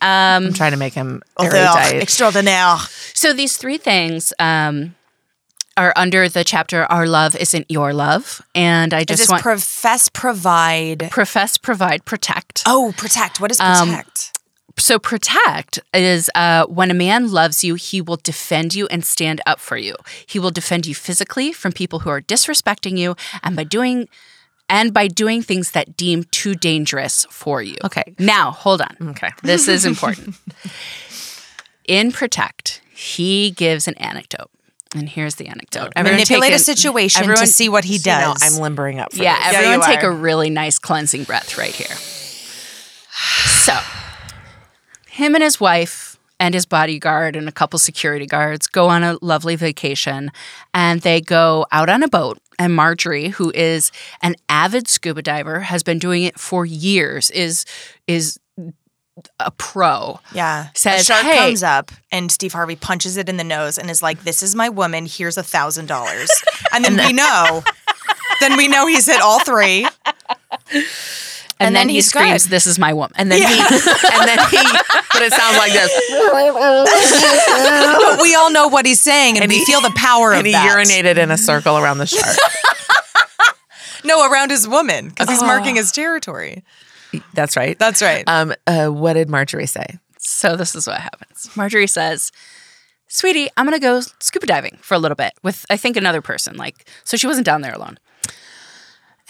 Speaker 3: I'm trying to make him
Speaker 2: Mm-hmm. Although
Speaker 3: erudite.
Speaker 2: extraordinaire.
Speaker 4: so these three things um, are under the chapter Our Love Isn't Your Love. And I
Speaker 2: Is
Speaker 4: just
Speaker 2: this
Speaker 4: want
Speaker 2: profess, provide?
Speaker 4: profess, provide, protect.
Speaker 2: Oh, protect. What is
Speaker 3: um,
Speaker 2: protect?
Speaker 4: so protect is uh, when a man loves you he will defend you and stand up for you he will defend you physically from people who are disrespecting you and by doing and by doing things that deem too dangerous for you
Speaker 3: Okay.
Speaker 4: now hold on
Speaker 3: Okay.
Speaker 4: this is important in protect he gives an anecdote and here's the anecdote Everyone
Speaker 2: Manipulate
Speaker 4: take
Speaker 2: a
Speaker 4: an-
Speaker 2: situation
Speaker 4: everyone-
Speaker 2: to see what he
Speaker 3: You know,
Speaker 2: does.
Speaker 3: I'm limbering up for
Speaker 4: yeah,
Speaker 3: this.
Speaker 4: everyone
Speaker 2: you
Speaker 4: take
Speaker 2: are.
Speaker 4: a really nice cleansing breath right here. So, him and his wife and his bodyguard and a couple security guards go on a lovely vacation and they go out on a boat. And Marjorie, who is an avid scuba diver, has been doing it for years, is is a pro.
Speaker 2: yeah.
Speaker 4: Says,
Speaker 2: a shark
Speaker 4: "Hey."
Speaker 2: comes up and Steve Harvey punches it in the nose and is like, "This is my woman. Here's a thousand dollars." And then we know. Then we know he's hit all three.
Speaker 4: And,
Speaker 2: And
Speaker 4: then,
Speaker 2: then
Speaker 4: he
Speaker 2: he's
Speaker 4: screams,
Speaker 2: good.
Speaker 4: This is my woman.
Speaker 3: And then he, and then he, but it sounds like this.
Speaker 2: But we all know what he's saying, and, we feel the power of
Speaker 3: And he
Speaker 2: that.
Speaker 3: urinated in a circle around the shark.
Speaker 2: No, around his woman because he's marking his territory.
Speaker 3: That's right.
Speaker 2: That's right.
Speaker 3: Um, uh, what did Marjorie say?
Speaker 4: So this is what happens. Marjorie says, "Sweetie, I'm going to go scuba diving for a little bit with I think another person." Like, so she wasn't down there alone.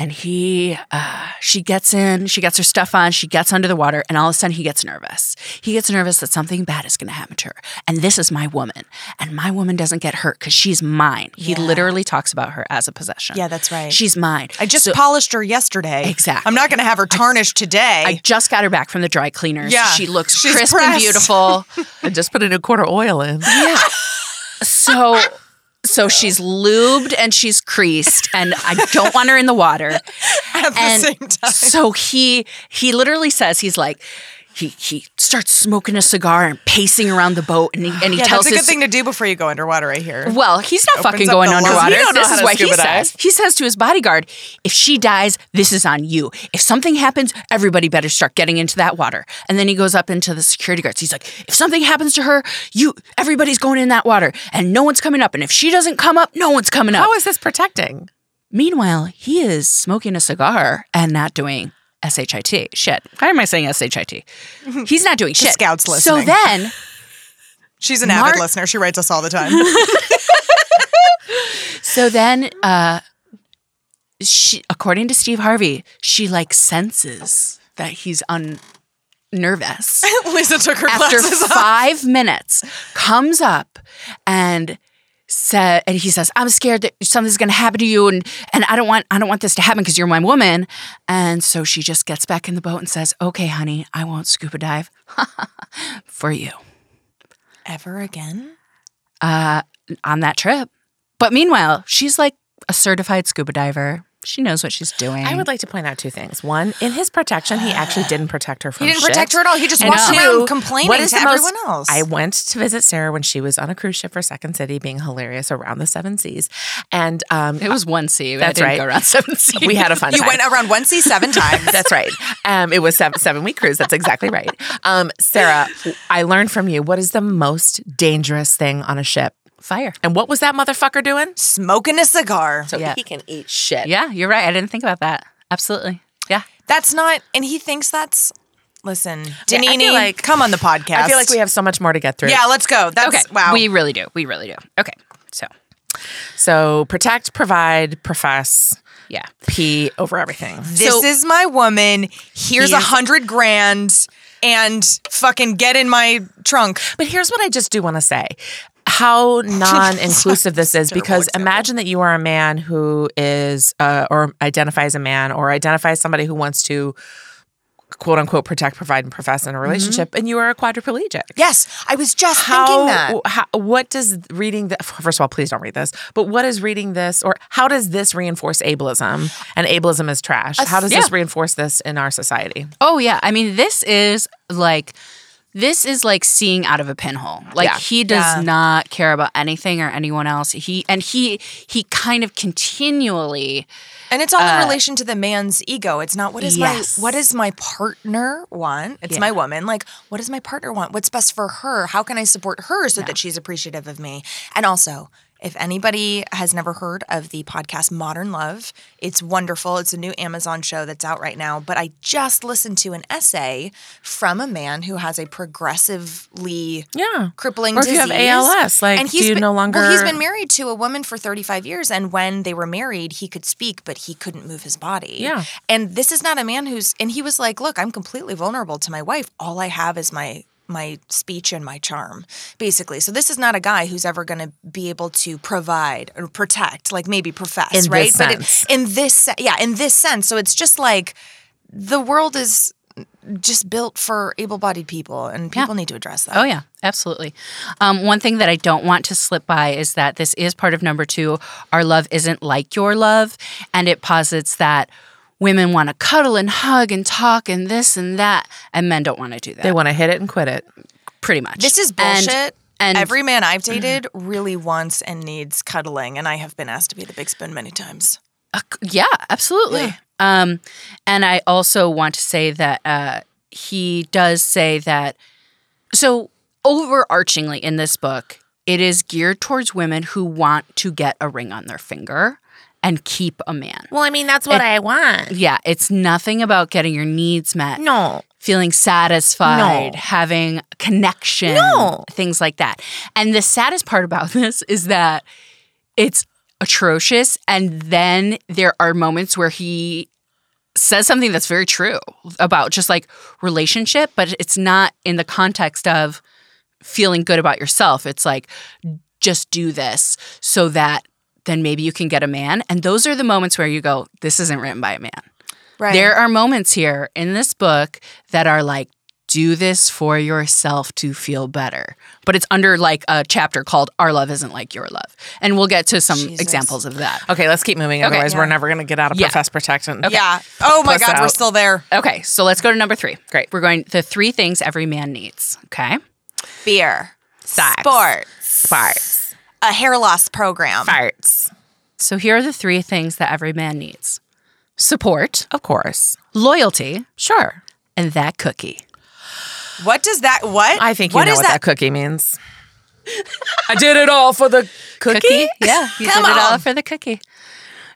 Speaker 4: And he, uh, she gets in, she gets her stuff on, she gets under the water, and all of a sudden he gets nervous. He gets nervous that something bad is going to happen to her. And this is my woman. And my woman doesn't get hurt because she's mine. He literally talks about her as a possession.
Speaker 2: Yeah, that's right.
Speaker 4: She's mine.
Speaker 2: I just polished her yesterday.
Speaker 4: Exactly.
Speaker 2: I'm not going to have her tarnished today.
Speaker 4: I just got her back from the dry cleaners.
Speaker 2: Yeah.
Speaker 4: She looks
Speaker 2: She's
Speaker 4: crisp
Speaker 2: pressed.
Speaker 4: and beautiful.
Speaker 3: And just put a new quarter oil in.
Speaker 4: yeah. So so she's lubed and she's creased and I don't want her in the water.
Speaker 2: at the
Speaker 4: and
Speaker 2: same time.
Speaker 4: so he he literally says he's like he he starts smoking a cigar and pacing around the boat and he, and he
Speaker 2: Yeah,
Speaker 4: tells
Speaker 2: that's a good
Speaker 4: his
Speaker 2: thing to do before you go underwater. I hear.
Speaker 4: well, he's not
Speaker 2: Opens
Speaker 4: fucking
Speaker 2: up
Speaker 4: going
Speaker 2: the lungs.
Speaker 4: underwater.
Speaker 2: You
Speaker 3: don't know
Speaker 4: This
Speaker 3: how
Speaker 4: is
Speaker 3: to
Speaker 4: what he
Speaker 3: scuba dive.
Speaker 4: says. He says to his bodyguard, if she dies, this is on you. If something happens, everybody better start getting into that water. And then he goes up into the security guards. He's like, if something happens to her, you everybody's going in that water and no one's coming up. And if she doesn't come up, no one's coming up.
Speaker 3: How is this protecting?
Speaker 4: Meanwhile, he is smoking a cigar and not doing SHIT. Shit. Why am I saying SHIT? He's not doing shit.
Speaker 2: scouts
Speaker 4: So
Speaker 2: listening.
Speaker 4: then
Speaker 2: She's an
Speaker 4: Mark-
Speaker 2: avid listener. She writes us all the time.
Speaker 4: So then, uh, she, according to Steve Harvey, she like senses that he's un nervous.
Speaker 2: Lisa took her
Speaker 4: After
Speaker 2: glasses off.
Speaker 4: five minutes, comes up and said, and he says, "I'm scared that something's going to happen to you, and and I don't want I don't want this to happen because you're my woman." And so she just gets back in the boat and says, "Okay, honey, I won't scuba dive for you."
Speaker 2: Ever again?
Speaker 4: on that trip. But meanwhile, she's like a certified scuba diver. She knows what she's doing.
Speaker 3: I would
Speaker 2: Mm.
Speaker 3: like to point out two things. One, in his protection, he actually didn't protect her from
Speaker 2: He didn't
Speaker 3: Oh, shit.
Speaker 2: protect her at all. He just
Speaker 3: And
Speaker 2: walked
Speaker 3: two,
Speaker 2: around complaining
Speaker 3: what is
Speaker 2: to
Speaker 3: the most-
Speaker 2: everyone else.
Speaker 3: I went to visit Sarah when she was on a cruise ship for Second City, being hilarious around the seven seas. And um,
Speaker 4: it was one sea. I
Speaker 3: That's
Speaker 4: didn't
Speaker 3: right.
Speaker 4: Go around seven seas.
Speaker 3: we had a fun
Speaker 2: you
Speaker 3: time.
Speaker 2: went around one sea seven times.
Speaker 3: That's right. Um, it was seven, seven week cruise. That's exactly right. Um, Sarah, I learned from you what is the most dangerous thing on a ship?
Speaker 4: fire.
Speaker 3: And what was that motherfucker doing?
Speaker 2: Smoking a cigar.
Speaker 3: So
Speaker 4: Yeah.
Speaker 3: he can eat shit.
Speaker 4: Yeah, you're right. I didn't think about that. Absolutely. Yeah.
Speaker 2: That's not, and he thinks that's. Listen,
Speaker 3: Yeah, I feel
Speaker 2: Danini,
Speaker 3: like-
Speaker 2: come on the podcast.
Speaker 3: I feel like we have so much more to get through.
Speaker 2: Yeah, let's go. That's
Speaker 4: Okay.
Speaker 2: wow.
Speaker 4: We really do. We really do. Okay. So
Speaker 3: So protect, provide, profess,
Speaker 4: yeah.
Speaker 3: pee over everything.
Speaker 2: this
Speaker 4: so-
Speaker 2: is my woman. Here's a hundred grand, and fucking get in my trunk.
Speaker 3: But here's what I just do want to say how non inclusive this is because imagine that you are a man who is, uh, or identifies a man, or identifies somebody who wants to quote unquote protect, provide, and profess in a relationship, and you are a quadriplegic.
Speaker 2: Yes, I was just
Speaker 3: How,
Speaker 2: thinking that.
Speaker 3: how, what does reading the, first of all, please don't read this, but what is reading this, or how does this reinforce ableism? And ableism is trash. How does this
Speaker 4: yeah.
Speaker 3: reinforce this in our society?
Speaker 4: Oh yeah. I mean, this is like this is like seeing out of a pinhole. Like
Speaker 3: Yeah.
Speaker 4: he does
Speaker 2: Yeah.
Speaker 4: not care about anything or anyone else. He and he he kind of continually
Speaker 2: And it's all in relation to the man's ego. It's not what is
Speaker 4: Yes.
Speaker 2: my what does my partner want? It's my woman. Like, what does my partner want? What's best for her? How can I support her so that she's appreciative of me? And also, if anybody has never heard of the podcast Modern Love, it's wonderful. It's a new Amazon show that's out right now. But I just listened to an essay from a man who has a progressively
Speaker 3: Yeah.
Speaker 2: crippling
Speaker 3: Or if
Speaker 2: disease.
Speaker 3: you have ALS, like, do
Speaker 2: he's
Speaker 3: you
Speaker 2: been-
Speaker 3: no
Speaker 2: Well, he's
Speaker 3: longer-
Speaker 2: been married to a woman for 35 years and when they were married he could speak but he couldn't move his body
Speaker 3: Yeah.
Speaker 2: and this is not a man who's and he was like look i'm completely vulnerable to my wife all i have is my my speech and my charm basically so this is not a guy who's ever going to be able to provide or protect like maybe profess
Speaker 3: In this
Speaker 2: right
Speaker 3: sense.
Speaker 2: but it, in this se- yeah in this sense so it's just like the world is just built for able-bodied people and people need to address that
Speaker 4: Oh yeah, absolutely. Um, one thing that I don't want to slip by is that this is part of number two. Our love isn't like your love, and it posits that women want to cuddle and hug and talk and this and that, and men don't want to do that.
Speaker 3: They want to hit it and quit it.
Speaker 4: pretty much.
Speaker 2: This is
Speaker 4: And-
Speaker 2: bullshit.
Speaker 4: and-
Speaker 2: every man I've
Speaker 3: Mm.
Speaker 2: dated really wants and needs cuddling, and I have been asked to be the big spoon many times.
Speaker 4: Uh, Yeah, absolutely. Um, and I also want to say that uh, he does say that. So, overarchingly in this book, it is geared towards women who want to get a ring on their finger and keep a man.
Speaker 3: Well, I mean, that's what I want.
Speaker 4: Yeah, it's nothing about getting your needs met,
Speaker 3: No.
Speaker 4: feeling satisfied,
Speaker 3: No.
Speaker 4: having connection,
Speaker 3: No.
Speaker 4: things like that. And the saddest part about this is that it's atrocious. And then there are moments where he says something that's very true about just like relationship, but it's not in the context of feeling good about yourself. It's like, just do this so that then maybe you can get a man. And those are the moments where you go, this isn't written by a man.
Speaker 2: Right.
Speaker 4: There are moments here in this book that are like, do this for yourself to feel better. But it's under like a chapter called Our Love Isn't Like Your Love. And we'll get to some
Speaker 2: Jesus.
Speaker 4: examples of that.
Speaker 3: Okay, let's keep moving. Otherwise, we're never going to get out of
Speaker 4: Yeah.
Speaker 3: Profess Protection.
Speaker 2: Yeah. Oh my
Speaker 3: Puss
Speaker 2: God, we're
Speaker 3: out.
Speaker 2: still there.
Speaker 4: Okay, so let's go to number three.
Speaker 3: Great.
Speaker 4: We're going the three things every man needs. Okay.
Speaker 2: Beer,
Speaker 3: Sex.
Speaker 2: sports,
Speaker 3: Farts.
Speaker 2: a hair loss program.
Speaker 3: Farts.
Speaker 4: So here are the three things that every man needs support,
Speaker 3: Of course.
Speaker 4: loyalty,
Speaker 3: Sure.
Speaker 4: and that cookie.
Speaker 2: What does that? What?
Speaker 3: I think you know
Speaker 2: is
Speaker 3: what that? cookie means. I did it all for the cookie.
Speaker 4: Yeah. You
Speaker 2: Come
Speaker 4: did it all
Speaker 2: on.
Speaker 4: for the cookie.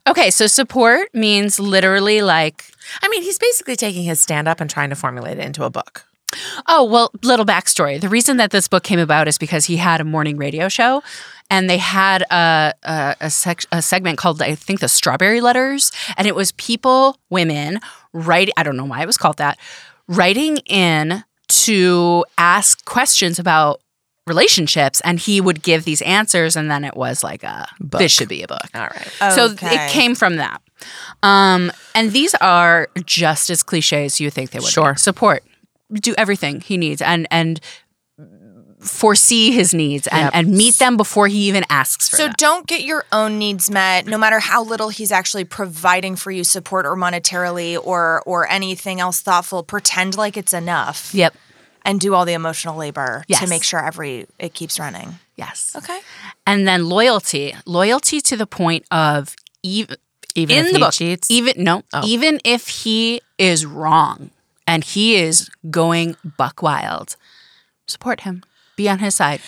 Speaker 4: Okay, so support means literally like
Speaker 3: I mean, he's basically taking his stand up and trying to formulate it into a book.
Speaker 4: Oh, well, little backstory. The reason that this book came about is because he had a morning radio show and they had a, a, a, sec- a segment called, I think, the Strawberry Letters. And it was people, women, writing, I don't know why it was called that, writing in to ask questions about relationships. And he would give these answers. And then it was like, a, this should be a book.
Speaker 3: All right.
Speaker 4: So
Speaker 2: Okay.
Speaker 4: it came from that. Um, and these are just as cliche as you think they would. be.
Speaker 3: Sure.
Speaker 4: Support. Do everything he needs and and foresee his needs and, and meet them before he even asks for
Speaker 2: So
Speaker 4: them.
Speaker 2: don't get your own needs met, no matter how little he's actually providing for you, support or monetarily or or anything else thoughtful. Pretend like it's enough,
Speaker 4: Yep.
Speaker 2: and do all the emotional labor
Speaker 4: Yes.
Speaker 2: to make sure every it keeps running.
Speaker 4: Yes.
Speaker 2: Okay.
Speaker 4: And then loyalty. Loyalty to the point of even
Speaker 3: Even
Speaker 4: in
Speaker 3: if
Speaker 4: the
Speaker 3: he
Speaker 4: book,
Speaker 3: cheats?
Speaker 4: even no, even if he is wrong and he is going buck wild, support him. Be on his side.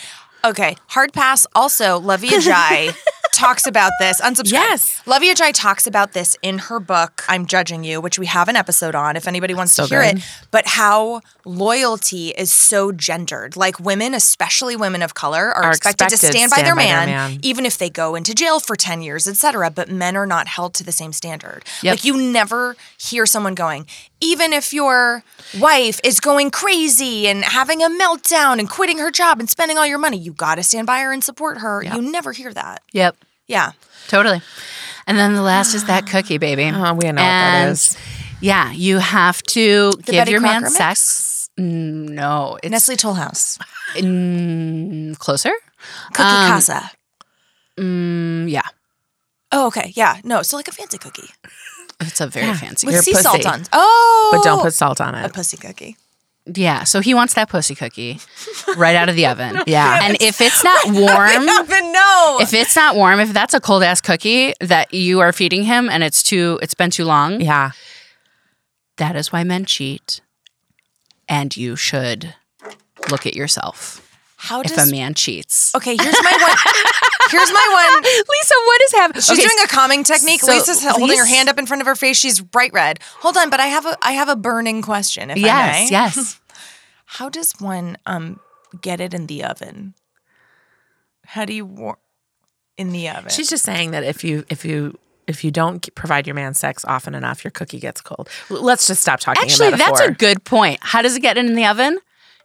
Speaker 2: Okay. Hard pass. Also, Lavia Jai talks about this. Unsubscribe.
Speaker 3: Yes.
Speaker 2: Lavia Jai talks about this in her book, I'm Judging You, which we have an episode on if anybody wants to hear
Speaker 3: good.
Speaker 2: it. But how loyalty is so gendered. Like women, especially women of color, are,
Speaker 3: Are
Speaker 2: expected, to
Speaker 3: expected
Speaker 2: stand, by, their, man,
Speaker 3: man.
Speaker 2: even if they go into jail for 10 years, et cetera. But men are not held to the same standard.
Speaker 4: Yep.
Speaker 2: Like you never hear someone going, even if your wife is going crazy and having a meltdown and quitting her job and spending all your money, you got to stand by her and support her. You never hear that.
Speaker 4: Yep.
Speaker 2: Yeah.
Speaker 4: Totally. And then the last is that cookie, baby.
Speaker 3: Oh, we know what that is.
Speaker 4: Yeah, you have to give
Speaker 2: Betty
Speaker 4: your man
Speaker 2: Crocker mix?
Speaker 4: sex. Mm, No, it's
Speaker 2: Nestle Toll House,
Speaker 4: closer.
Speaker 2: Cookie Casa.
Speaker 4: Mm, yeah,
Speaker 2: Oh, okay. Yeah. No. So like a fancy cookie
Speaker 4: it's a very fancy.
Speaker 2: with
Speaker 3: Your
Speaker 2: sea
Speaker 3: pussy.
Speaker 2: salt on. Oh.
Speaker 3: But don't put salt on it.
Speaker 2: a pussy cookie.
Speaker 4: Yeah, so he wants that pussy cookie right out of the oven. yeah, and if it's not warm,
Speaker 2: Even no.
Speaker 4: Mm. if it's not warm, if that's a cold ass cookie that you are feeding him and it's too, it's been too long.
Speaker 3: Yeah.
Speaker 4: That is why men cheat, and you should look at yourself.
Speaker 2: How
Speaker 4: If
Speaker 2: does?
Speaker 4: a man cheats,
Speaker 2: okay. Here's my one. here's my one.
Speaker 4: Lisa, what is happening?
Speaker 2: She's doing a calming technique.
Speaker 4: so
Speaker 2: Lisa's holding her
Speaker 4: please-
Speaker 2: hand up in front of her face. She's bright red. Hold on, but I have a I have a burning question. If I may.
Speaker 4: Yes, yes.
Speaker 2: How does one um get it in the oven? How do you warm in the oven?
Speaker 3: She's just saying that if you if you if you don't k- provide your man sex often enough, your cookie gets cold. L- Let's just stop talking.
Speaker 4: Actually,
Speaker 3: about
Speaker 4: that's a good point. How does it get in the oven?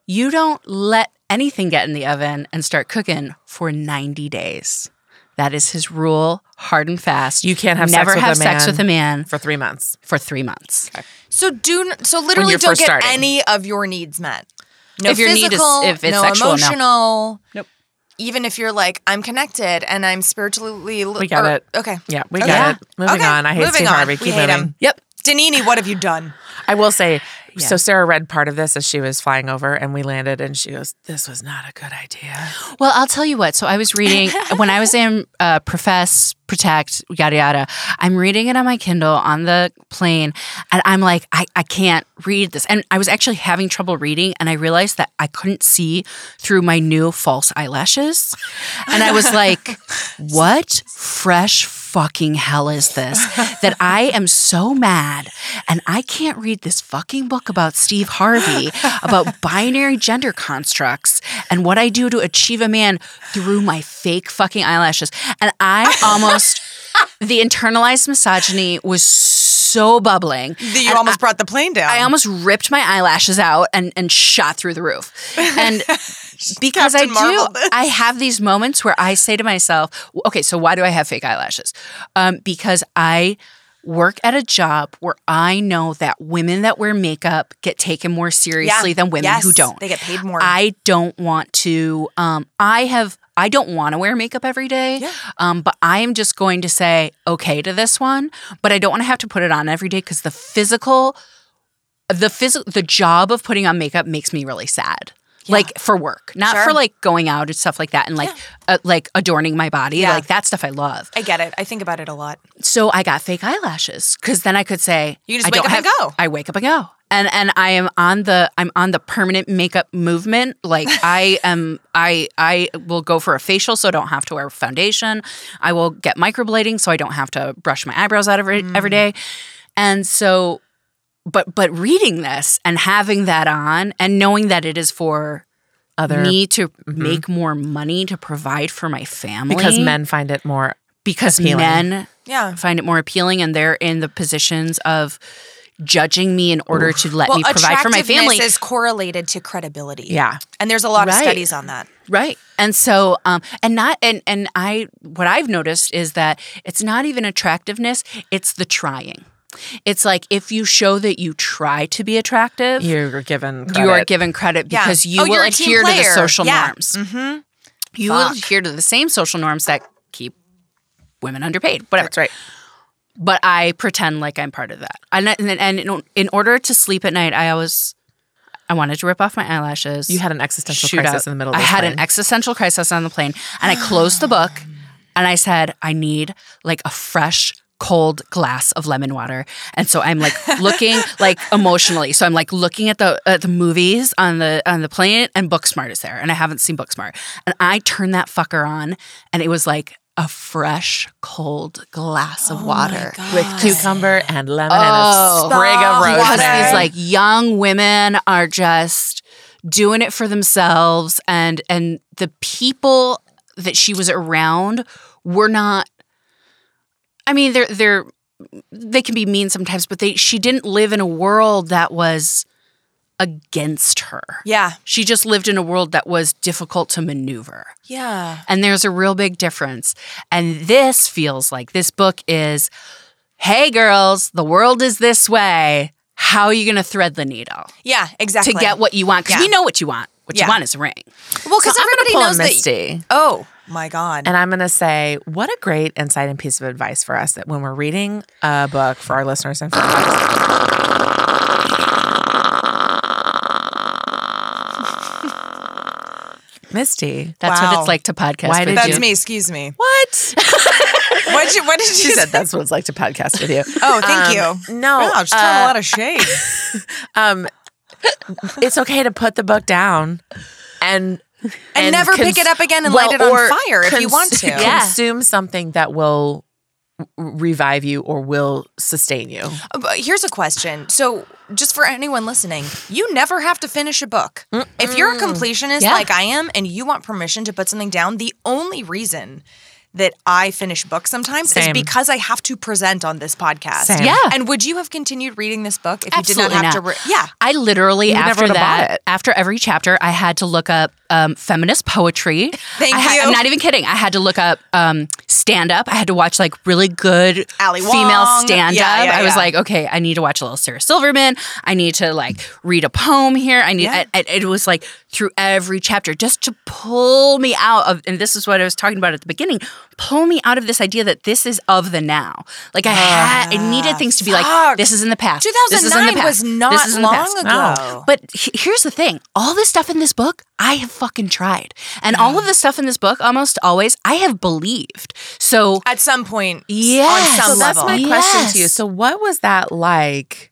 Speaker 4: You don't let anything get in the oven and start cooking for 90 days. That is his rule, hard and fast.
Speaker 3: You can't have sex
Speaker 4: never
Speaker 3: with
Speaker 4: have
Speaker 3: a
Speaker 4: sex
Speaker 3: man
Speaker 4: with a man
Speaker 3: for three months.
Speaker 4: for three months.
Speaker 2: so do n- so literally
Speaker 3: you're
Speaker 2: don't
Speaker 3: first
Speaker 2: get
Speaker 3: starting.
Speaker 2: any of your needs met. No
Speaker 4: If your need is-
Speaker 2: physical,
Speaker 4: if it's
Speaker 2: no
Speaker 4: sexual, no.
Speaker 2: emotional.
Speaker 4: Nope.
Speaker 2: Even if you're like I'm connected and I'm spiritually, we
Speaker 3: got it.
Speaker 2: Okay.
Speaker 3: Yeah, we
Speaker 2: Okay.
Speaker 3: got it. Moving
Speaker 2: Okay,
Speaker 3: on. I hate
Speaker 2: moving
Speaker 3: Steve
Speaker 2: on.
Speaker 3: Harvey.
Speaker 2: We
Speaker 3: Keep
Speaker 2: hate
Speaker 3: moving.
Speaker 2: him.
Speaker 4: Yep.
Speaker 2: Danini, what have you done?
Speaker 3: I will say, so Sarah read part of this as she was flying over, and we landed, and she goes, "This was not a good idea."
Speaker 4: Well, I'll tell you what. So I was reading when I was in uh, Profess, Protect, yada yada. I'm reading it on my Kindle on the plane, and I'm like, I, I can't read this. And I was actually having trouble reading, and I realized that I couldn't see through my new false eyelashes, and I was like, what fresh fucking hell is this that I am so mad and I can't read this fucking book about Steve Harvey about binary gender constructs and what I do to achieve a man through my fake fucking eyelashes. And I almost, the internalized misogyny was so bubbling.
Speaker 2: That you
Speaker 4: And
Speaker 2: almost brought the plane down.
Speaker 4: I almost ripped my eyelashes out and and shot through the roof. And because I
Speaker 2: Captain Marvel
Speaker 4: do,
Speaker 2: this.
Speaker 4: I have these moments where I say to myself, "Okay, so why do I have fake eyelashes?" Um, because I work at a job where I know that women that wear makeup get taken more seriously than women
Speaker 2: Yes,
Speaker 4: who don't.
Speaker 2: They get paid more.
Speaker 4: I don't want to. Um, I have. I don't want to wear makeup every day. Um, but I am just going to say okay to this one. But I don't want to have to put it on every day because the physical, the physical, the job of putting on makeup makes me really sad. Like for work, not
Speaker 2: Sure.
Speaker 4: for like going out and stuff like that, and like uh, like adorning my body,
Speaker 2: Yeah.
Speaker 4: like that stuff I love.
Speaker 2: I get it. I think about it a lot.
Speaker 4: So I got fake eyelashes because then I could say
Speaker 2: You just
Speaker 4: I
Speaker 2: wake
Speaker 4: don't
Speaker 2: up and
Speaker 4: have-
Speaker 2: go.
Speaker 4: I wake up and go, and and I am on the I'm on the permanent makeup movement. Like I am I I will go for a facial so I don't have to wear foundation. I will get microblading so I don't have to brush my eyebrows out every every
Speaker 2: Mm.
Speaker 4: day, and so. But but reading this and having that on and knowing that it is for
Speaker 3: Other
Speaker 4: me to make
Speaker 2: Mm-hmm.
Speaker 4: more money to provide for my family
Speaker 3: because men find it more
Speaker 4: because
Speaker 3: appealing.
Speaker 4: men
Speaker 2: Yeah.
Speaker 4: find it more appealing and they're in the positions of judging me in order to let me provide for my family.
Speaker 2: is correlated to credibility.
Speaker 3: Yeah.
Speaker 2: And there's a lot of
Speaker 4: Right.
Speaker 2: studies on that.
Speaker 4: right. And so um and not and and I what I've noticed is that it's not even attractiveness, it's the trying. It's like if you show that you try to be attractive,
Speaker 3: you're given credit.
Speaker 4: you are given credit
Speaker 2: Yeah.
Speaker 4: because you
Speaker 2: Oh,
Speaker 4: will
Speaker 2: you're a team
Speaker 4: adhere to the
Speaker 2: player.
Speaker 4: social
Speaker 2: Yeah. Mm-hmm.
Speaker 4: norms. You will adhere to the same social norms that keep women underpaid. Whatever.
Speaker 3: That's right.
Speaker 4: but I pretend like I'm part of that. And and, and in, in order to sleep at night, I always I wanted to rip off my eyelashes.
Speaker 3: You had an existential
Speaker 4: shoot
Speaker 3: crisis
Speaker 4: out-
Speaker 3: in the middle. Of
Speaker 4: I
Speaker 3: this
Speaker 4: had
Speaker 3: plane.
Speaker 4: an existential crisis on the plane, and I closed the book, and I said, I need like a fresh. Cold glass of lemon water, and so I'm like looking like emotionally. So I'm like looking at the at the movies on the on the plane, and Booksmart is there, and I haven't seen Booksmart, and I turned that fucker on, and it was like a fresh cold glass of
Speaker 3: Oh
Speaker 4: water
Speaker 2: Oh
Speaker 3: with cucumber and lemon
Speaker 4: Oh.
Speaker 3: and a sprig of
Speaker 2: Stop.
Speaker 3: rose.
Speaker 4: because
Speaker 2: Water.
Speaker 4: these like young women are just doing it for themselves and and the people that she was around were not I mean they're they're they can be mean sometimes but they she didn't live in a world that was against her.
Speaker 2: Yeah.
Speaker 4: She just lived in a world that was difficult to maneuver.
Speaker 2: Yeah.
Speaker 4: And there's a real big difference. And this feels like this book is hey, girls, the world is this way. How are you going to thread the needle
Speaker 2: Yeah,
Speaker 4: to
Speaker 2: exactly.
Speaker 4: get what you want? Because
Speaker 2: Yeah.
Speaker 4: we know what you want. What
Speaker 2: Yeah.
Speaker 4: you want is a ring.
Speaker 2: Well, because
Speaker 3: So I'm gonna
Speaker 2: everybody
Speaker 3: pull a
Speaker 2: knows that.
Speaker 3: Misty.
Speaker 2: oh, my God.
Speaker 3: And I'm going to say, what a great insight and piece of advice for us that when we're reading a book for our listeners and for us, Misty.
Speaker 4: That's
Speaker 2: Wow.
Speaker 4: what it's like to podcast.
Speaker 3: Why
Speaker 4: with
Speaker 3: did
Speaker 4: you.
Speaker 2: That's me. Excuse me.
Speaker 3: What?
Speaker 2: What you? What did
Speaker 3: She
Speaker 2: you
Speaker 3: said
Speaker 2: say?
Speaker 3: that's what it's like to podcast with you.
Speaker 2: Oh, thank
Speaker 3: Um,
Speaker 2: you.
Speaker 3: no,
Speaker 2: wow,
Speaker 3: uh,
Speaker 2: just throwing a lot of
Speaker 4: uh,
Speaker 2: shade.
Speaker 3: Um, it's okay to put the book down and and,
Speaker 2: never pick it up again and light it on
Speaker 3: or
Speaker 2: fire if you want to.
Speaker 4: Yeah.
Speaker 3: Consume something that will r- revive you or will sustain you.
Speaker 2: But here's a question. So, just for anyone listening, you never have to finish a book. If you're a completionist
Speaker 4: Yeah.
Speaker 2: like I am and you want permission to put something down, the only reason that I finish books sometimes
Speaker 3: Same.
Speaker 2: is because I have to present on this podcast.
Speaker 3: Same.
Speaker 4: Yeah.
Speaker 2: And would you have continued reading this book if
Speaker 4: Absolutely
Speaker 2: you did not have
Speaker 4: not.
Speaker 2: to? Re- yeah.
Speaker 4: I literally
Speaker 3: never
Speaker 4: after
Speaker 3: would've bought
Speaker 4: that,
Speaker 3: it.
Speaker 4: after every chapter, I had to look up um, feminist poetry.
Speaker 2: Thank
Speaker 4: I
Speaker 2: you.
Speaker 4: I'm not even kidding. I had to look up um, stand up. I had to watch like really good
Speaker 2: Ali
Speaker 4: female
Speaker 2: Wong.
Speaker 4: stand up.
Speaker 2: Yeah, yeah,
Speaker 4: I was
Speaker 2: yeah.
Speaker 4: like, okay, I need to watch a little Sarah Silverman. I need to like read a poem here. I need.
Speaker 2: Yeah.
Speaker 4: I- I- it was like through every chapter just to pull me out of. And this is what I was talking about at the beginning. Pull me out of this idea that this is of the now. Like I had, I needed things to be like
Speaker 2: fuck.
Speaker 4: this is in the past. This is in the
Speaker 2: 2009 was
Speaker 4: past.
Speaker 2: not
Speaker 4: This is in the
Speaker 2: long
Speaker 4: past.
Speaker 2: ago.
Speaker 4: But he- here's the thing all this stuff in this book, I have fucking tried. And all of the stuff in this book, almost always, I have believed. So,
Speaker 2: At some point,
Speaker 4: Yes.
Speaker 2: on some
Speaker 4: So
Speaker 3: that's
Speaker 2: level.
Speaker 3: my question to you.
Speaker 4: Yes.
Speaker 3: So, what was that like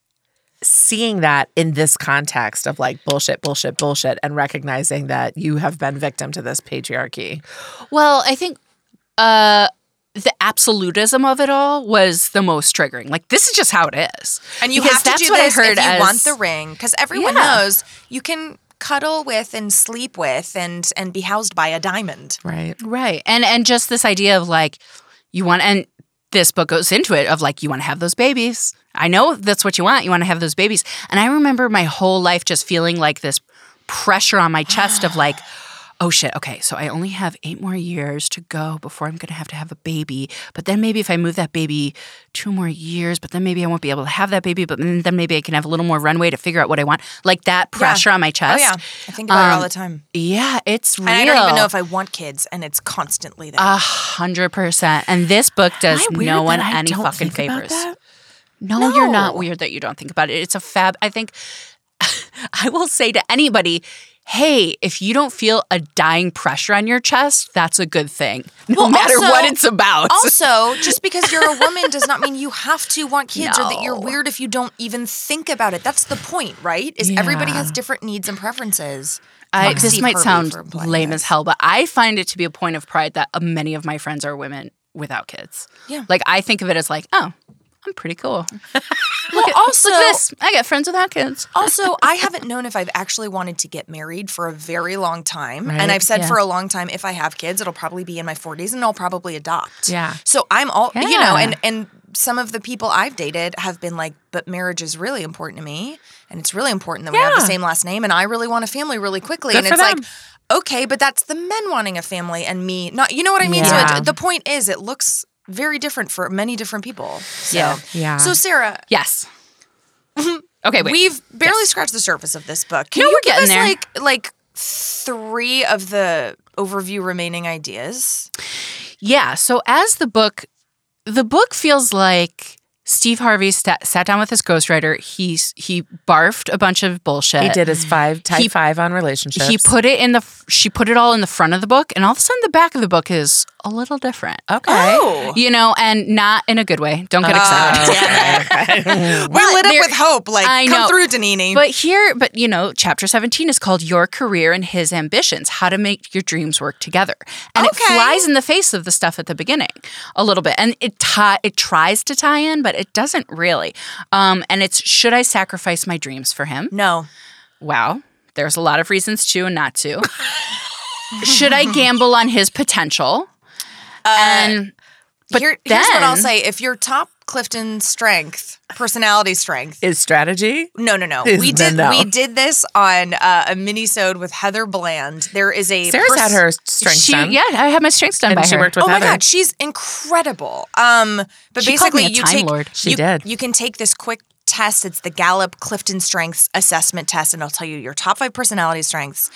Speaker 3: seeing that in this context of like bullshit, bullshit, bullshit, and recognizing that you have been victim to this patriarchy?
Speaker 4: well, I think uh, the absolutism of it all was the most triggering. Like this is just how it is.
Speaker 2: And you
Speaker 4: Because
Speaker 2: have to do this if you want the ring, because everyone
Speaker 4: Yeah.
Speaker 2: knows you can cuddle with and sleep with and and be housed by a diamond.
Speaker 3: Right.
Speaker 4: Right. And and just this idea of like you want and this book goes into it of like you want to have those babies. I know that's what you want. You want to have those babies. And I remember my whole life just feeling like this pressure on my chest of like Oh shit, okay, so I only have eight more years to go before I'm gonna have to have a baby. But then maybe if I move that baby two more years, but then maybe I won't be able to have that baby, but then then maybe I can have a little more runway to figure out what I want. Like that pressure on my
Speaker 2: Oh
Speaker 4: chest.
Speaker 2: yeah, I think about it all
Speaker 4: Um,
Speaker 2: the time.
Speaker 4: Yeah, it's real. Uh,
Speaker 2: And I don't even know if I want kids, and it's constantly there.
Speaker 4: A hundred percent. And this book does
Speaker 3: Am I weird
Speaker 4: no one
Speaker 3: that I
Speaker 4: any
Speaker 3: don't
Speaker 4: fucking
Speaker 3: think about
Speaker 4: favors.
Speaker 3: that?
Speaker 4: No, you're not weird that you don't think about it. It's a fab. I think I will say to anybody, hey, if you don't feel a dying pressure on your chest, that's a good thing. Oh, No
Speaker 2: Well,
Speaker 4: matter
Speaker 2: also-
Speaker 4: what it's about.
Speaker 2: also, just because you're a woman does not mean you have to want kids or that you're
Speaker 4: No.
Speaker 2: weird if you don't even think about it. That's the point, right? Is everybody
Speaker 4: Yeah.
Speaker 2: has different needs and preferences.
Speaker 4: I,
Speaker 2: Fuck
Speaker 4: this
Speaker 2: Steve
Speaker 4: might
Speaker 2: Harvey for
Speaker 4: sound
Speaker 2: implying
Speaker 4: lame
Speaker 2: this.
Speaker 4: as hell, but I find it to be a point of pride that uh, many of my friends are women without kids.
Speaker 2: Yeah.
Speaker 4: Like I think of it as like, oh, I'm pretty cool.
Speaker 2: Well, also,
Speaker 4: Look at this. I got friends without kids.
Speaker 2: also, I haven't known if I've actually wanted to get married for a very long time. And I've said
Speaker 4: yeah.
Speaker 2: for a long time, if I have kids, it'll probably be in my 40s and I'll probably adopt.
Speaker 3: Yeah.
Speaker 2: So I'm all, you know,
Speaker 4: Yeah.
Speaker 2: and, and some of the people I've dated have been like, but marriage is really important to me. And it's really important that we have the
Speaker 3: Yeah.
Speaker 2: same last name. And I really want a family really quickly.
Speaker 3: Good
Speaker 2: and
Speaker 3: for
Speaker 2: it's
Speaker 3: them.
Speaker 2: like, okay, but that's the men wanting a family and me not, you know what I mean? So
Speaker 3: Yeah.
Speaker 2: it, the point is, it looks very different for many different people. So,
Speaker 4: Yeah.
Speaker 3: Yeah.
Speaker 2: So, Sarah,
Speaker 4: Yes. okay, wait.
Speaker 2: We've barely scratched the surface of this book. Can
Speaker 4: No,
Speaker 2: you
Speaker 4: we're
Speaker 2: give us
Speaker 4: getting there.
Speaker 2: like like three of the overview remaining ideas?
Speaker 4: Yeah. So as the book, the book feels like Steve Harvey sta sat down with his ghostwriter. He s- he barfed a bunch of bullshit.
Speaker 3: he did his five type
Speaker 4: He-
Speaker 3: five on relationships.
Speaker 4: He put it in the. f- She put it all in the front of the book, and all of a sudden, the back of the book is a little different.
Speaker 3: okay.
Speaker 2: Oh.
Speaker 3: Uh,
Speaker 4: You know, and not in a good way. Don't get excited.
Speaker 2: We're lit up
Speaker 4: there-
Speaker 2: with hope. Like,
Speaker 4: I
Speaker 2: come
Speaker 4: know.
Speaker 2: through, Danini.
Speaker 4: But here, but you know, chapter 17 is called Your Career and His Ambitions How to Make Your Dreams Work Together. And
Speaker 2: Okay.
Speaker 4: it flies in the face of the stuff at the beginning a little bit. And it ti- it tries to tie in, but it doesn't really. Um, and it's Should I Sacrifice My Dreams for Him?
Speaker 2: no.
Speaker 4: Wow. There's a lot of reasons to and not to. Should I gamble on his potential?
Speaker 3: Uh,
Speaker 4: and
Speaker 2: But here's what I'll
Speaker 4: then-
Speaker 2: say: if your top Clifton strength, personality strength.
Speaker 3: Is strategy?
Speaker 2: No, no, no.
Speaker 3: Is
Speaker 2: We
Speaker 3: the
Speaker 2: did
Speaker 3: no.
Speaker 2: we did this on uh, a minisode with Heather Bland. There is a
Speaker 3: Sarah's
Speaker 2: pers-
Speaker 3: had her strength
Speaker 4: she,
Speaker 3: done.
Speaker 4: yeah, I had my strengths done
Speaker 3: And
Speaker 4: by
Speaker 3: she
Speaker 4: her.
Speaker 3: worked with
Speaker 2: oh my
Speaker 3: Heather.
Speaker 2: god, she's incredible. Um, but
Speaker 4: She called
Speaker 2: basically,
Speaker 4: me a
Speaker 2: you
Speaker 4: Time
Speaker 2: take
Speaker 4: Lord.
Speaker 3: She
Speaker 2: you,
Speaker 3: did.
Speaker 2: You can take this quick test. It's the Gallup Clifton Strengths Assessment Test, and it'll tell you your top five personality strengths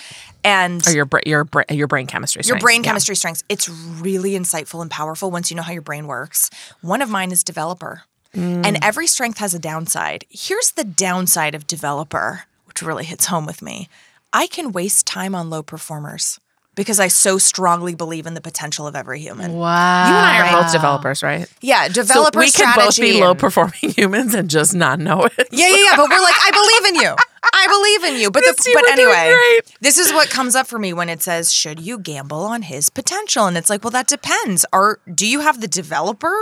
Speaker 2: and
Speaker 3: Or your bra- your bra- your brain chemistry.
Speaker 2: your
Speaker 3: strength.
Speaker 2: brain
Speaker 3: Yeah.
Speaker 2: chemistry strengths. It's really insightful and powerful once you know how your brain works. One of mine is developer,
Speaker 4: Mm.
Speaker 2: and every strength has a downside. Here's the downside of developer, which really hits home with me. I can waste time on low performers because I so strongly believe in the potential of every human.
Speaker 4: Wow.
Speaker 3: You and I are both developers, right?
Speaker 2: Yeah,
Speaker 3: So
Speaker 2: developer
Speaker 3: we could both
Speaker 2: strategy
Speaker 3: be low
Speaker 2: and-
Speaker 3: performing humans and just not know it.
Speaker 2: Yeah, yeah, yeah. But we're like, I believe in you. I believe in you. But the,
Speaker 3: Misty,
Speaker 2: but
Speaker 3: we're doing
Speaker 2: anyway,
Speaker 3: great.
Speaker 2: this is what comes up for me when it says, "Should you gamble on his potential?" And it's like, well, that depends. Are do you have the developer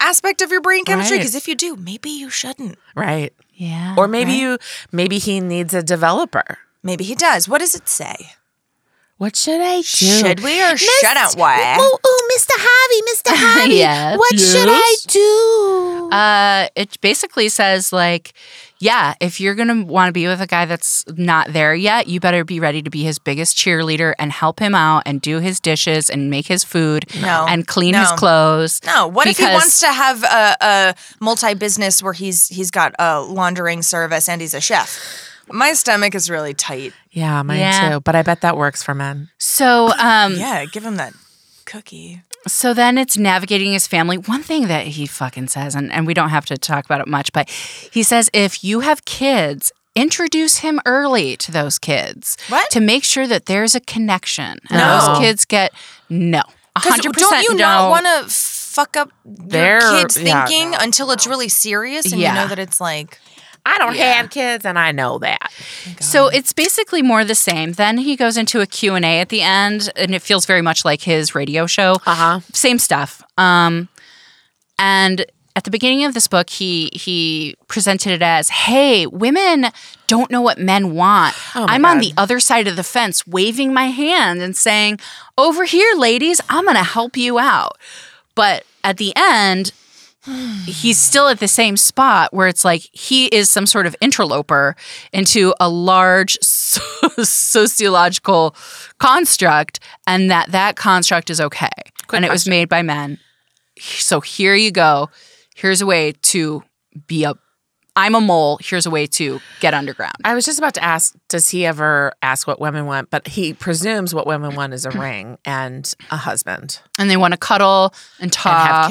Speaker 2: aspect of your brain chemistry?
Speaker 3: Right.
Speaker 2: Because if you do, maybe you shouldn't.
Speaker 3: Right.
Speaker 4: Yeah.
Speaker 3: Or maybe you maybe he needs a developer.
Speaker 2: Maybe he does. What does it say?
Speaker 3: What should I do?
Speaker 2: Should we or shouldn't we?
Speaker 3: oh, Mr. Harvey, Mr. Harvey.
Speaker 4: Yes.
Speaker 3: What should I do?
Speaker 4: Uh, it basically says like, yeah, if you're gonna want to be with a guy that's not there yet, you better be ready to be his biggest cheerleader and help him out and do his dishes and make his food
Speaker 2: No.
Speaker 4: and clean
Speaker 2: No.
Speaker 4: his clothes.
Speaker 2: No. What if he
Speaker 4: because-
Speaker 2: wants to have a, a multi business where he's he's got a laundering service and he's a chef? My stomach is really tight.
Speaker 3: Yeah, mine
Speaker 4: Yeah.
Speaker 3: too. But I bet that works for men.
Speaker 4: So, um,
Speaker 2: Yeah, give him that cookie.
Speaker 4: so then it's navigating his family. One thing that he fucking says, and, and we don't have to talk about it much, but he says if you have kids. Introduce him early to those kids
Speaker 2: What?
Speaker 4: to make sure that there's a connection. And
Speaker 3: No.
Speaker 4: those kids get no,
Speaker 2: 'Cause
Speaker 4: hundred percent.
Speaker 2: Don't you
Speaker 4: no.
Speaker 2: not want to fuck up your
Speaker 3: They're-
Speaker 2: kids'
Speaker 3: yeah,
Speaker 2: thinking
Speaker 3: no,
Speaker 2: until it's really serious and you
Speaker 4: Yeah.
Speaker 2: know that it's like
Speaker 3: I don't have kids, and I know that.
Speaker 4: So it's basically more the same. Then he goes into a Q&A at the end and it feels very much like his radio show.
Speaker 3: Uh-huh.
Speaker 4: Same stuff. Um and at the beginning of this book he he presented it as, "Hey, women don't know what men want. I'm on the other side of the fence waving my hand and saying, "Over here, ladies, I'm going to help you out." But at the end, he's still at the same spot where it's like he is some sort of interloper into a large so- sociological construct and that that construct is okay and it was made by men so here you go here's a way to be a i'm a mole here's a way to get underground
Speaker 3: I was just about to ask, does he ever ask what women want? But he presumes what women want is a ring and a husband
Speaker 4: and they want to cuddle and
Speaker 3: and
Speaker 4: talk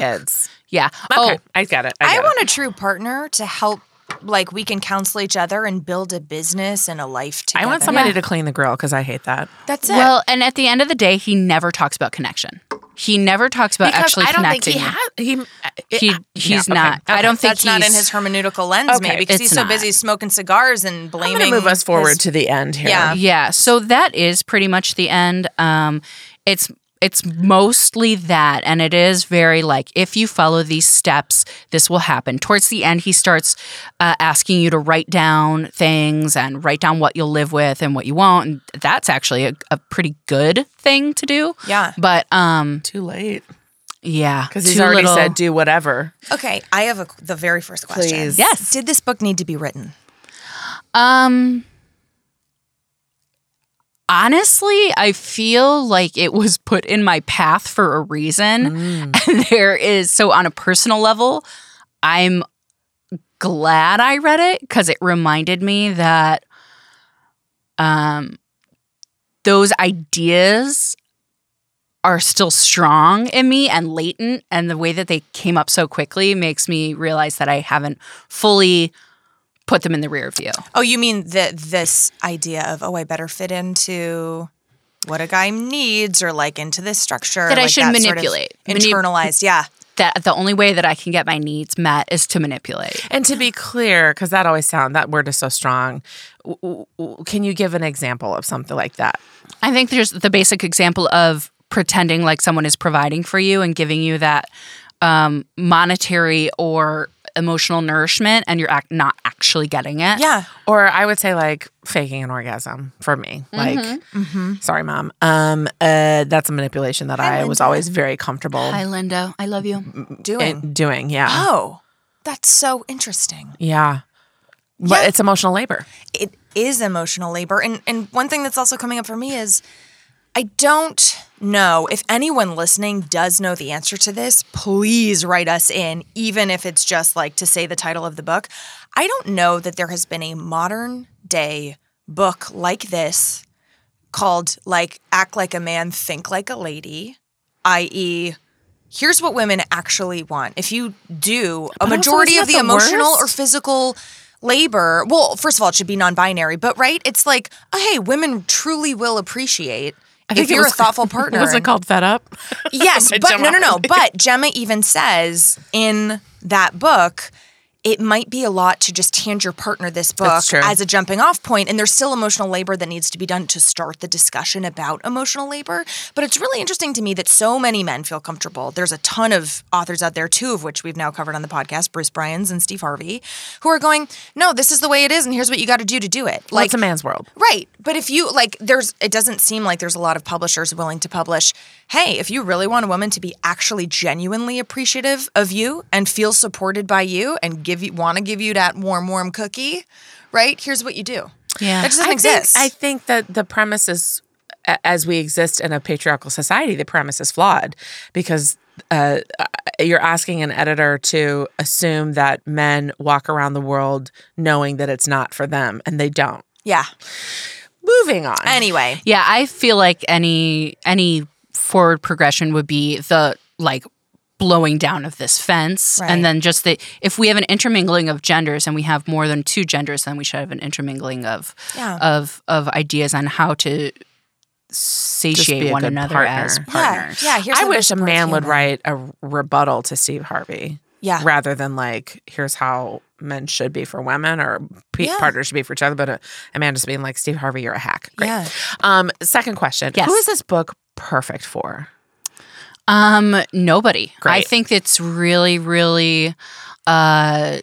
Speaker 3: have kids.
Speaker 4: yeah
Speaker 3: Okay,
Speaker 4: oh
Speaker 3: I got it. I,
Speaker 2: I
Speaker 3: got it.
Speaker 2: want a true partner to help. Like we can counsel each other and build a business and a life
Speaker 3: I
Speaker 2: together.
Speaker 3: want somebody to clean the grill because I hate that.
Speaker 2: That's it.
Speaker 4: well and at the end of the day he never talks about connection he never talks about
Speaker 3: Because
Speaker 4: actually
Speaker 3: I don't
Speaker 4: connecting
Speaker 3: think he has. He,
Speaker 4: he
Speaker 3: I-
Speaker 4: he's
Speaker 3: no, okay,
Speaker 4: not. I
Speaker 3: okay.
Speaker 4: don't think
Speaker 2: That's not in
Speaker 4: he's-
Speaker 2: his hermeneutical lens,
Speaker 3: Okay,
Speaker 2: maybe, because
Speaker 4: it's
Speaker 2: he's so
Speaker 4: not.
Speaker 2: busy smoking cigars and
Speaker 3: I'm
Speaker 2: blaming.
Speaker 3: going to move us forward
Speaker 2: his-
Speaker 3: to the end here.
Speaker 2: Yeah.
Speaker 4: Yeah, so that is pretty much the end. Um, it's it's mostly that, and it is very like if you follow these steps, this will happen. Towards the end, he starts uh, asking you to write down things and write down what you'll live with and what you won't. And that's actually a, a pretty good thing to do.
Speaker 2: Yeah.
Speaker 4: But um,
Speaker 3: Too late.
Speaker 4: yeah,
Speaker 3: Because he's
Speaker 4: too
Speaker 3: already
Speaker 4: little-
Speaker 3: said do whatever.
Speaker 2: Okay, I have a, the very first question.
Speaker 3: Please.
Speaker 4: Yes.
Speaker 2: Did this book need to be written?
Speaker 4: Um honestly, I feel like it was put in my path for a reason.
Speaker 3: Mm.
Speaker 4: And there is so on a personal level, I'm glad I read it cuz it reminded me that um those ideas are still strong in me and latent and the way that they came up so quickly makes me realize that I haven't fully put them in the rear view.
Speaker 2: Oh, you mean that this idea of oh, I better fit into what a guy needs, or like into this structure
Speaker 4: That I
Speaker 2: like
Speaker 4: should
Speaker 2: sort of
Speaker 4: manipulate. Manip-
Speaker 2: internalized. yeah,
Speaker 4: that the only way that I can get my needs met is to manipulate.
Speaker 3: And to be clear, because that always sound that word is so strong. w- w- w- Can you give an example of something like that?
Speaker 4: I think there's the basic example of pretending like someone is providing for you and giving you that um, monetary or emotional nourishment, and you're act- not actually getting it.
Speaker 2: yeah.
Speaker 3: Or I would say like faking an orgasm for me. Like,
Speaker 4: Mm-hmm.
Speaker 3: sorry, mom. Um, uh, that's a manipulation that I was always very comfortable
Speaker 4: Hi, Lindo. I love you.
Speaker 2: Doing.
Speaker 3: in doing. Yeah,
Speaker 2: oh, that's so interesting.
Speaker 3: yeah. But it's emotional labor.
Speaker 2: it is emotional labor. And and one thing that's also coming up for me is I don't know if anyone listening does know the answer to this. Please write us in, even if it's just like to say the title of the book. I don't know that there has been a modern day book like this called like Act Like a Man, Think Like a Lady, i.e., here's what women actually want. If you do a
Speaker 3: also,
Speaker 2: majority
Speaker 3: isn't
Speaker 2: of
Speaker 3: that
Speaker 2: the,
Speaker 3: the
Speaker 2: emotional
Speaker 3: worst?
Speaker 2: or physical labor, well, first of all, it should be non binary, but right? It's like, oh, hey, women truly will appreciate. If
Speaker 3: it
Speaker 2: you're
Speaker 3: was-
Speaker 2: a thoughtful partner,
Speaker 3: Was it called fed up?
Speaker 2: yes,
Speaker 3: by
Speaker 2: but no, no,
Speaker 3: Gemma.
Speaker 2: no. But Gemma even says in that book, it might be a lot to just hand your partner this book
Speaker 3: That's true.
Speaker 2: as a jumping off point, and there's still emotional labor that needs to be done to start the discussion about emotional labor. But it's really interesting to me that so many men feel comfortable. There's a ton of authors out there, two of which we've now covered on the podcast, Bruce Bryans and Steve Harvey, who are going, "No, this is the way it is, and here's what you got to do to do it."
Speaker 3: Well, it's a man's world.
Speaker 2: Right. But if you like, there's, it doesn't seem like there's a lot of publishers willing to publish. Hey, if you really want a woman to be actually genuinely appreciative of you and feel supported by you and give you, want to give you that warm, warm cookie, right? Here's what you do.
Speaker 4: Yeah.
Speaker 2: That just doesn't
Speaker 3: I think,
Speaker 2: exist.
Speaker 3: I think that the premise is, a- as we exist in a patriarchal society, the premise is flawed because uh, uh, you're asking an editor to assume that men walk around the world knowing that it's not for them, and they don't.
Speaker 2: yeah.
Speaker 3: Moving on.
Speaker 2: Anyway.
Speaker 4: Yeah, I feel like any any forward progression would be the like blowing down of this fence
Speaker 2: Right.
Speaker 4: and then just the if we have an intermingling of genders and we have more than two genders then we should have an intermingling of
Speaker 2: Yeah.
Speaker 4: of of ideas on how to satiate
Speaker 3: a
Speaker 4: one
Speaker 3: good
Speaker 4: another
Speaker 3: partner.
Speaker 4: as
Speaker 3: Yeah,
Speaker 4: partners.
Speaker 2: Yeah. Yeah. Here's
Speaker 3: I
Speaker 2: something
Speaker 3: wish a
Speaker 2: that's worth
Speaker 3: man would
Speaker 2: humoring.
Speaker 3: write a rebuttal to Steve Harvey.
Speaker 2: Yeah.
Speaker 3: rather than like here's how men should be for women or pe-
Speaker 2: Yeah.
Speaker 3: partners should be for each other. But uh, Amanda's being like Steve Harvey, you're a hack. Great.
Speaker 2: Yeah.
Speaker 3: Um, second question:
Speaker 4: Yes.
Speaker 3: Who is this book perfect for?
Speaker 4: Um, nobody. I
Speaker 3: Great.
Speaker 4: think it's really, really uh,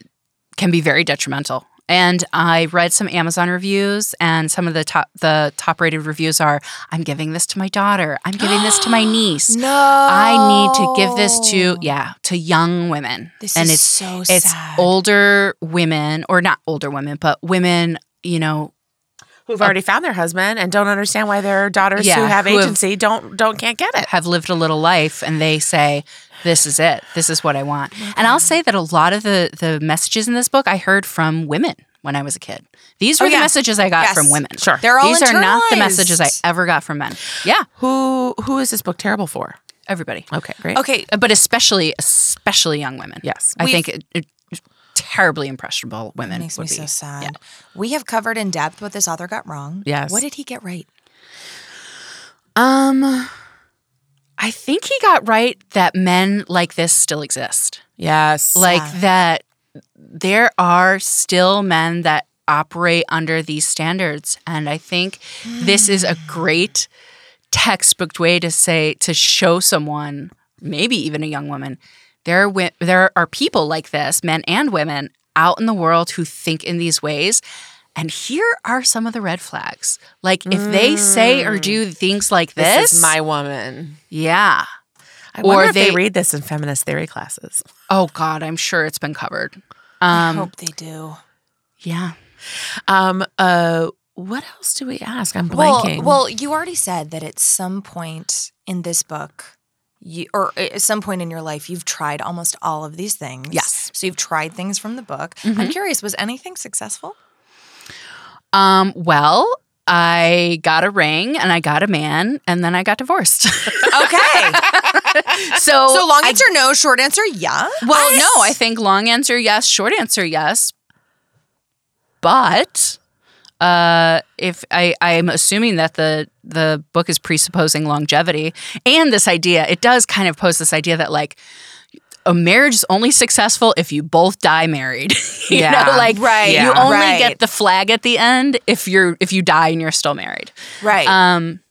Speaker 4: can be very detrimental. And I read some Amazon reviews, and some of the top the top rated reviews are: "I'm giving this to my daughter. I'm giving this to my niece.
Speaker 2: No.
Speaker 4: I need to give this to yeah to young women."
Speaker 2: This
Speaker 4: and
Speaker 2: is
Speaker 4: it's
Speaker 2: so
Speaker 4: it's
Speaker 2: sad.
Speaker 4: older women, or not older women, but women. You know,
Speaker 3: Who've already found their husband and don't understand why their daughters who
Speaker 4: Yeah,
Speaker 3: have
Speaker 4: who have-
Speaker 3: agency don't don't can't get it.
Speaker 4: have lived a little life and they say this is it this is what i want and i'll say that a lot of the the messages in this book i heard from women when i was a kid these were
Speaker 2: Oh,
Speaker 4: the
Speaker 2: yeah.
Speaker 4: messages i got
Speaker 2: Yes.
Speaker 4: from women
Speaker 3: Sure.
Speaker 2: They're all
Speaker 4: these are not the
Speaker 2: internalized.
Speaker 4: messages i ever got from men yeah
Speaker 3: Who who is this book terrible for?
Speaker 4: everybody
Speaker 3: Okay, great.
Speaker 2: Okay.
Speaker 4: but especially especially young women
Speaker 3: Yes.
Speaker 4: i
Speaker 2: We've-
Speaker 4: think it, it, terribly impressionable women
Speaker 2: Makes
Speaker 4: would
Speaker 2: me
Speaker 4: be
Speaker 2: so sad. We have covered in depth what this author got wrong.
Speaker 3: Yes.
Speaker 2: What did he get right?
Speaker 4: um i think he got right that men like this still exist
Speaker 3: Yes.
Speaker 4: like that there are still men that operate under these standards and i think this is
Speaker 3: Mm.
Speaker 4: a great textbook way to say to show someone maybe even a young woman there are wi- there are people like this men and women out in the world who think in these ways and here are some of the red flags like if they say or do things like this,
Speaker 3: Mm. this is my woman.
Speaker 4: yeah
Speaker 3: I
Speaker 4: Or
Speaker 3: wonder if they,
Speaker 4: they-
Speaker 3: read this in feminist theory classes.
Speaker 4: oh god i'm sure it's been covered
Speaker 2: I
Speaker 4: um
Speaker 2: hope they do.
Speaker 4: yeah
Speaker 3: Um. Uh. What else do we ask? I'm
Speaker 2: Well,
Speaker 3: blanking.
Speaker 2: well, you already said that at some point in this book, you, or at some point in your life, you've tried almost all of these things.
Speaker 4: Yes. Mm-hmm.
Speaker 2: So you've tried things from the book. I'm curious, was anything successful?
Speaker 4: Um, well, I got a ring and I got a man and then I got divorced.
Speaker 2: Okay.
Speaker 4: so,
Speaker 2: so long
Speaker 4: Oh, I-
Speaker 2: answer no, short answer yeah.
Speaker 4: well, no, I think long answer yes, short answer yes. But uh, if I, I'm assuming that the the book is presupposing longevity and this idea, it does kind of pose this idea that like a marriage is only successful if you both die married. you
Speaker 3: Yeah.
Speaker 4: know, like
Speaker 2: Right.
Speaker 4: you
Speaker 3: Yeah.
Speaker 4: only
Speaker 2: Right.
Speaker 4: get the flag at the end if you're if you die and you're still married.
Speaker 2: Right.
Speaker 4: Um,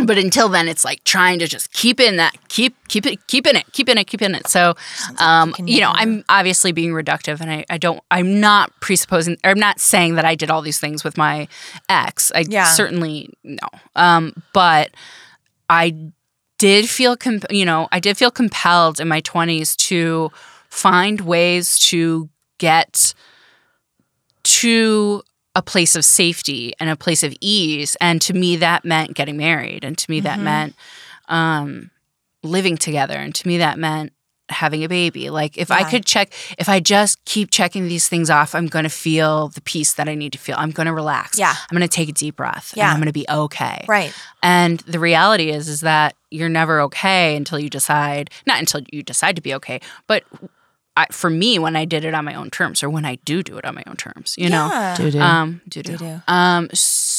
Speaker 4: but until then, it's like trying to just keep in that, keep keep it, keep in it, keep in it, keep in it. So, um,
Speaker 2: can
Speaker 4: you know,
Speaker 2: never-
Speaker 4: I'm obviously being reductive, and I, I don't, I'm not presupposing, or I'm not saying that I did all these things with my ex. I
Speaker 2: Yeah.
Speaker 4: certainly no, um, but I did feel, comp- you know, I did feel compelled in my 20s to find ways to get to a place of safety and a place of ease. And to me, that meant getting married. And to me,
Speaker 2: Mm-hmm.
Speaker 4: that meant um, living together. And to me, that meant having a baby. Like, if I
Speaker 2: Yeah.
Speaker 4: could check, if I just keep checking these things off, I'm going to feel the peace that I need to feel. I'm going to relax.
Speaker 2: Yeah.
Speaker 4: I'm going to take a deep breath.
Speaker 2: Yeah.
Speaker 4: And I'm going to be okay.
Speaker 2: right.
Speaker 4: And the reality is, is that you're never okay until you decide, not until you decide to be okay, but I, for me, when I did it on my own terms, or when I do do it on my own terms, you know,
Speaker 2: Yeah.
Speaker 3: Doo-doo.
Speaker 4: um, do
Speaker 2: Do-do.
Speaker 4: do, um,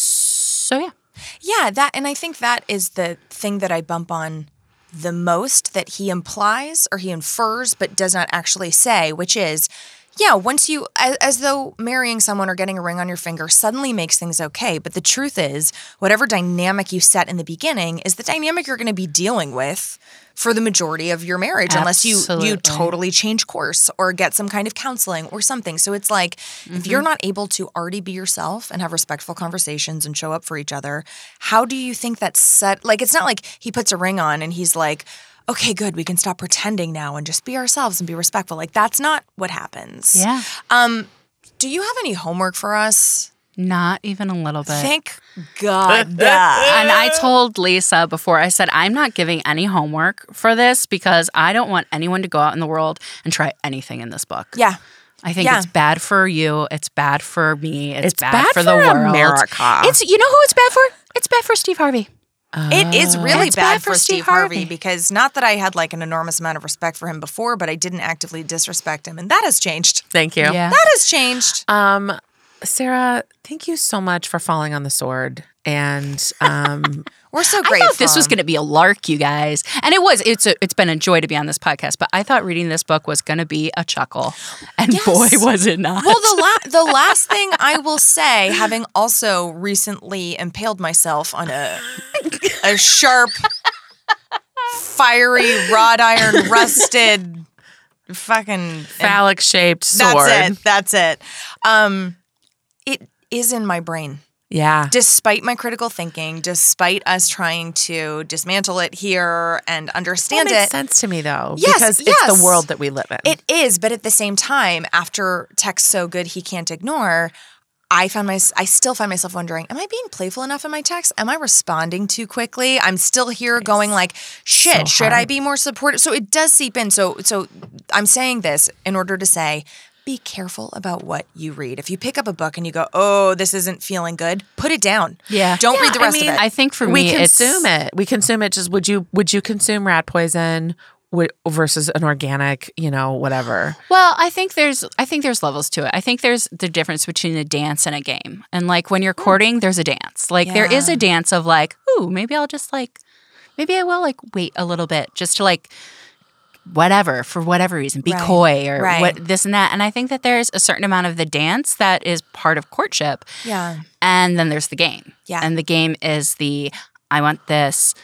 Speaker 4: so yeah,
Speaker 2: Yeah, that and I think that is the thing that I bump on the most that he implies or he infers but does not actually say, which is yeah, once you as, as though marrying someone or getting a ring on your finger suddenly makes things okay, but the truth is whatever dynamic you set in the beginning is the dynamic you're going to be dealing with for the majority of your marriage unless you you
Speaker 4: Absolutely.
Speaker 2: totally change course or get some kind of counseling or something. So it's like if you're not able to already be yourself and have respectful conversations and show up for each other, how do you think that's set? Like it's not like he puts a ring on and he's like, "Okay, good, we can stop pretending now and just be ourselves and be respectful." Like that's not what happens.
Speaker 4: yeah,
Speaker 2: Do you have any homework for us?
Speaker 4: not even a little bit.
Speaker 2: Thank God. Yeah.
Speaker 4: and I told Lisa before, I said, I'm not giving any homework for this because I don't want anyone to go out in the world and try anything in this book.
Speaker 2: yeah.
Speaker 4: I think
Speaker 2: Yeah.
Speaker 4: it's bad for you. It's bad for me. It's,
Speaker 3: It's bad
Speaker 4: for the
Speaker 3: for
Speaker 4: world.
Speaker 3: America.
Speaker 4: It's you know who it's bad for? It's bad for Steve Harvey.
Speaker 2: It is really
Speaker 4: It's
Speaker 2: Uh, bad, for Steve Harvey. because not that I had like an enormous amount of respect for him before, but I didn't actively disrespect him, and that has changed.
Speaker 3: Thank you.
Speaker 4: Yeah. Um,
Speaker 2: That has changed.
Speaker 3: Um, Sarah, thank you so much for falling on the sword and um,
Speaker 2: We're so
Speaker 4: I
Speaker 2: grateful.
Speaker 4: thought this was going to be a lark, you guys, and it was. It's a, it's been a joy to be on this podcast, but I thought reading this book was going to be a chuckle, and boy, was it not.
Speaker 2: Well, the la- the last thing I will say, having also recently impaled myself on a a sharp, fiery wrought iron rusted fucking
Speaker 3: phallic shaped
Speaker 2: that's
Speaker 3: sword.
Speaker 2: it. That's it. Um, it is in my brain.
Speaker 3: Yeah.
Speaker 2: Despite my critical thinking, despite us trying to dismantle it here and
Speaker 3: That
Speaker 2: understand
Speaker 3: makes
Speaker 2: it,
Speaker 3: sense to me though,
Speaker 2: Yes,
Speaker 3: because it's
Speaker 2: yes.
Speaker 3: the world that we live in.
Speaker 2: It is, but at the same time, after text so good he can't ignore, I found my I still find myself wondering, am I being playful enough in my text? Am I responding too quickly? I'm still here going like, shit,
Speaker 3: so
Speaker 2: should I
Speaker 3: hard.
Speaker 2: be more supportive? So it does seep in. So so I'm saying this in order to say be careful about what you read. If you pick up a book and you go, "Oh, this isn't feeling good," put it down.
Speaker 4: Yeah.
Speaker 2: don't
Speaker 4: Yeah,
Speaker 2: read the
Speaker 4: I
Speaker 2: rest
Speaker 4: mean,
Speaker 2: of it.
Speaker 4: I think for
Speaker 3: we
Speaker 4: me,
Speaker 3: consume
Speaker 4: it's,
Speaker 3: it. We consume it. Just would you would you consume rat poison wi- versus an organic, you know, whatever?
Speaker 4: Well, I think there's I think there's levels to it. I think there's the difference between a dance and a game. And like when you're courting, there's a dance. Like there is
Speaker 2: Hmm. Yeah.
Speaker 4: a dance of like, ooh, maybe I'll just like maybe I will like wait a little bit just to like whatever for whatever reason be
Speaker 2: Right.
Speaker 4: coy or
Speaker 2: Right.
Speaker 4: what this and that. And I think that there's a certain amount of the dance that is part of courtship.
Speaker 2: yeah,
Speaker 4: And then there's the game.
Speaker 2: Yeah.
Speaker 4: And the game is the I want this.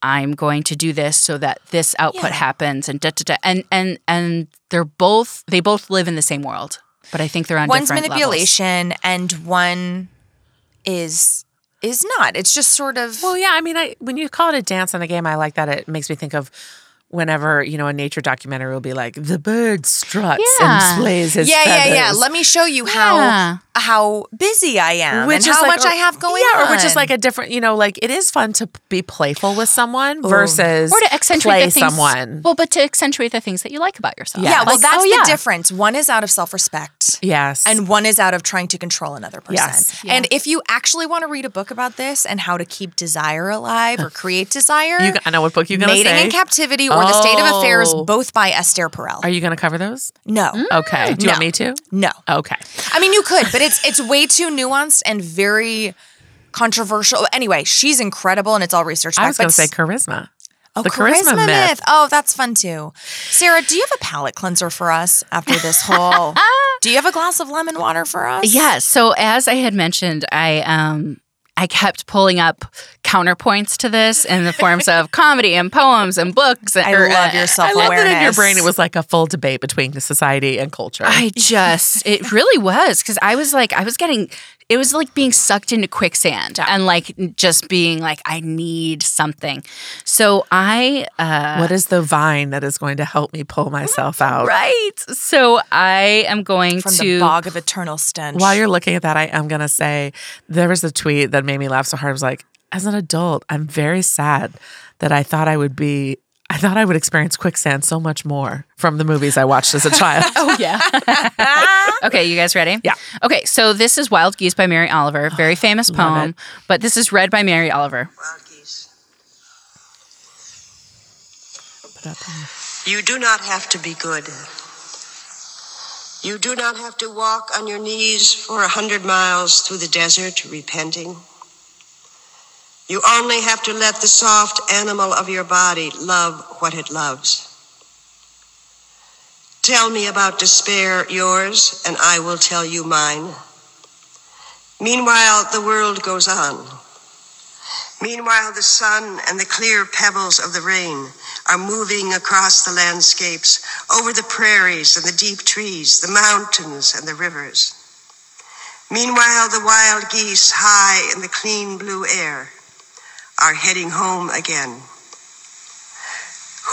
Speaker 4: I'm going to do this so that this output
Speaker 2: Yeah.
Speaker 4: happens and da, da, da. and and and they're both they both live in the same world, but I think they're on
Speaker 2: one's
Speaker 4: different levels.
Speaker 2: manipulation and one is is not. It's just sort of
Speaker 3: Well, Oh, yeah. I mean, I when you call it a dance and a game, I like that. It makes me think of whenever you know a nature documentary will be like the bird struts
Speaker 4: Yeah.
Speaker 3: and sways his
Speaker 2: yeah, yeah, yeah.
Speaker 3: feathers."
Speaker 2: Let me show you how
Speaker 4: Yeah.
Speaker 2: how busy I am and how
Speaker 3: like
Speaker 2: much
Speaker 3: a-
Speaker 2: I have going
Speaker 3: yeah,
Speaker 2: on.
Speaker 3: or which is like a different, you know, like it is fun to be playful with someone versus
Speaker 4: Or to accentuate
Speaker 3: play
Speaker 4: the things,
Speaker 3: someone.
Speaker 4: Well, but to accentuate the things that you like about yourself.
Speaker 2: yeah. well,
Speaker 4: Like,
Speaker 2: that's
Speaker 4: oh,
Speaker 2: the
Speaker 4: yeah.
Speaker 2: difference. One is out of self respect.
Speaker 3: yes,
Speaker 2: And one is out of trying to control another person.
Speaker 3: Yes.
Speaker 2: And if you actually want to read a book about this and how to keep desire alive or create desire,
Speaker 3: you, I know what book you're gonna
Speaker 2: Mating
Speaker 3: say.
Speaker 2: in Captivity or The State of Affairs,
Speaker 3: Oh.
Speaker 2: both by Esther Perel.
Speaker 3: Are you Mm? gonna cover those?
Speaker 2: no,
Speaker 3: Okay. Do you want
Speaker 2: No.
Speaker 3: me to?
Speaker 2: no.
Speaker 3: Okay.
Speaker 2: I mean, you could, but it's it's way too nuanced and very controversial. Anyway, she's incredible, and it's all research.
Speaker 3: I was
Speaker 2: back,
Speaker 3: going
Speaker 2: but
Speaker 3: to say charisma.
Speaker 2: Oh,
Speaker 3: the charisma myth.
Speaker 2: Oh, that's fun too. Sarah, do you have a palate cleanser for us after this whole? do you have a glass of lemon water for us?
Speaker 4: Yeah. So as I had mentioned, I um I kept pulling up counterpoints to this in the forms of comedy and poems and books. And,
Speaker 2: I
Speaker 4: or,
Speaker 2: love
Speaker 4: uh,
Speaker 2: your self
Speaker 3: I love that in your
Speaker 2: awareness.
Speaker 3: brain it was like a full debate between society and culture.
Speaker 4: I just, it really was because I was like, I was getting, it was like being sucked into quicksand and like just being like, I need something. So I, uh,
Speaker 3: what is the vine that is going to help me pull myself out?
Speaker 4: right. So I am going
Speaker 2: from
Speaker 4: to.
Speaker 2: the bog of eternal stench.
Speaker 3: While you're looking at that, I am going to say there was a tweet that made me laugh so hard. I was like, as an adult, I'm very sad that I thought I would be. I thought I would experience quicksand so much more from the movies I watched as a child.
Speaker 4: Oh, yeah. okay, you guys ready?
Speaker 3: Yeah.
Speaker 4: Okay, so this is Wild Geese by Mary Oliver, very famous poem, but this is read by Mary Oliver.
Speaker 5: You do not have to be good. You do not have to walk on your knees for a hundred miles through the desert repenting. You only have to let the soft animal of your body love what it loves. Tell me about despair, yours, and I will tell you mine. Meanwhile, the world goes on. Meanwhile, the sun and the clear pebbles of the rain are moving across the landscapes, over the prairies and the deep trees, the mountains and the rivers. Meanwhile, the wild geese, high in the clean blue air, are heading home again.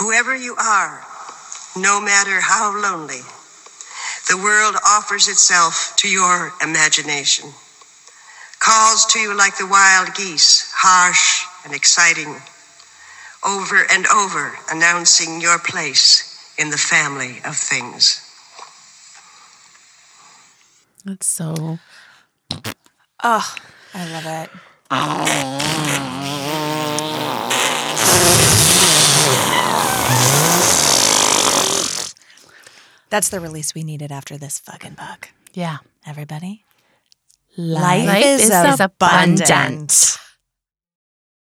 Speaker 5: Whoever you are, no matter how lonely, the world offers itself to your imagination calls to you like the wild geese, harsh and exciting, over and over announcing your place in the family of things.
Speaker 3: That's so.
Speaker 2: oh, I love it. That's the release we needed after this fucking book.
Speaker 4: Yeah.
Speaker 2: Everybody,
Speaker 4: Life is abundant.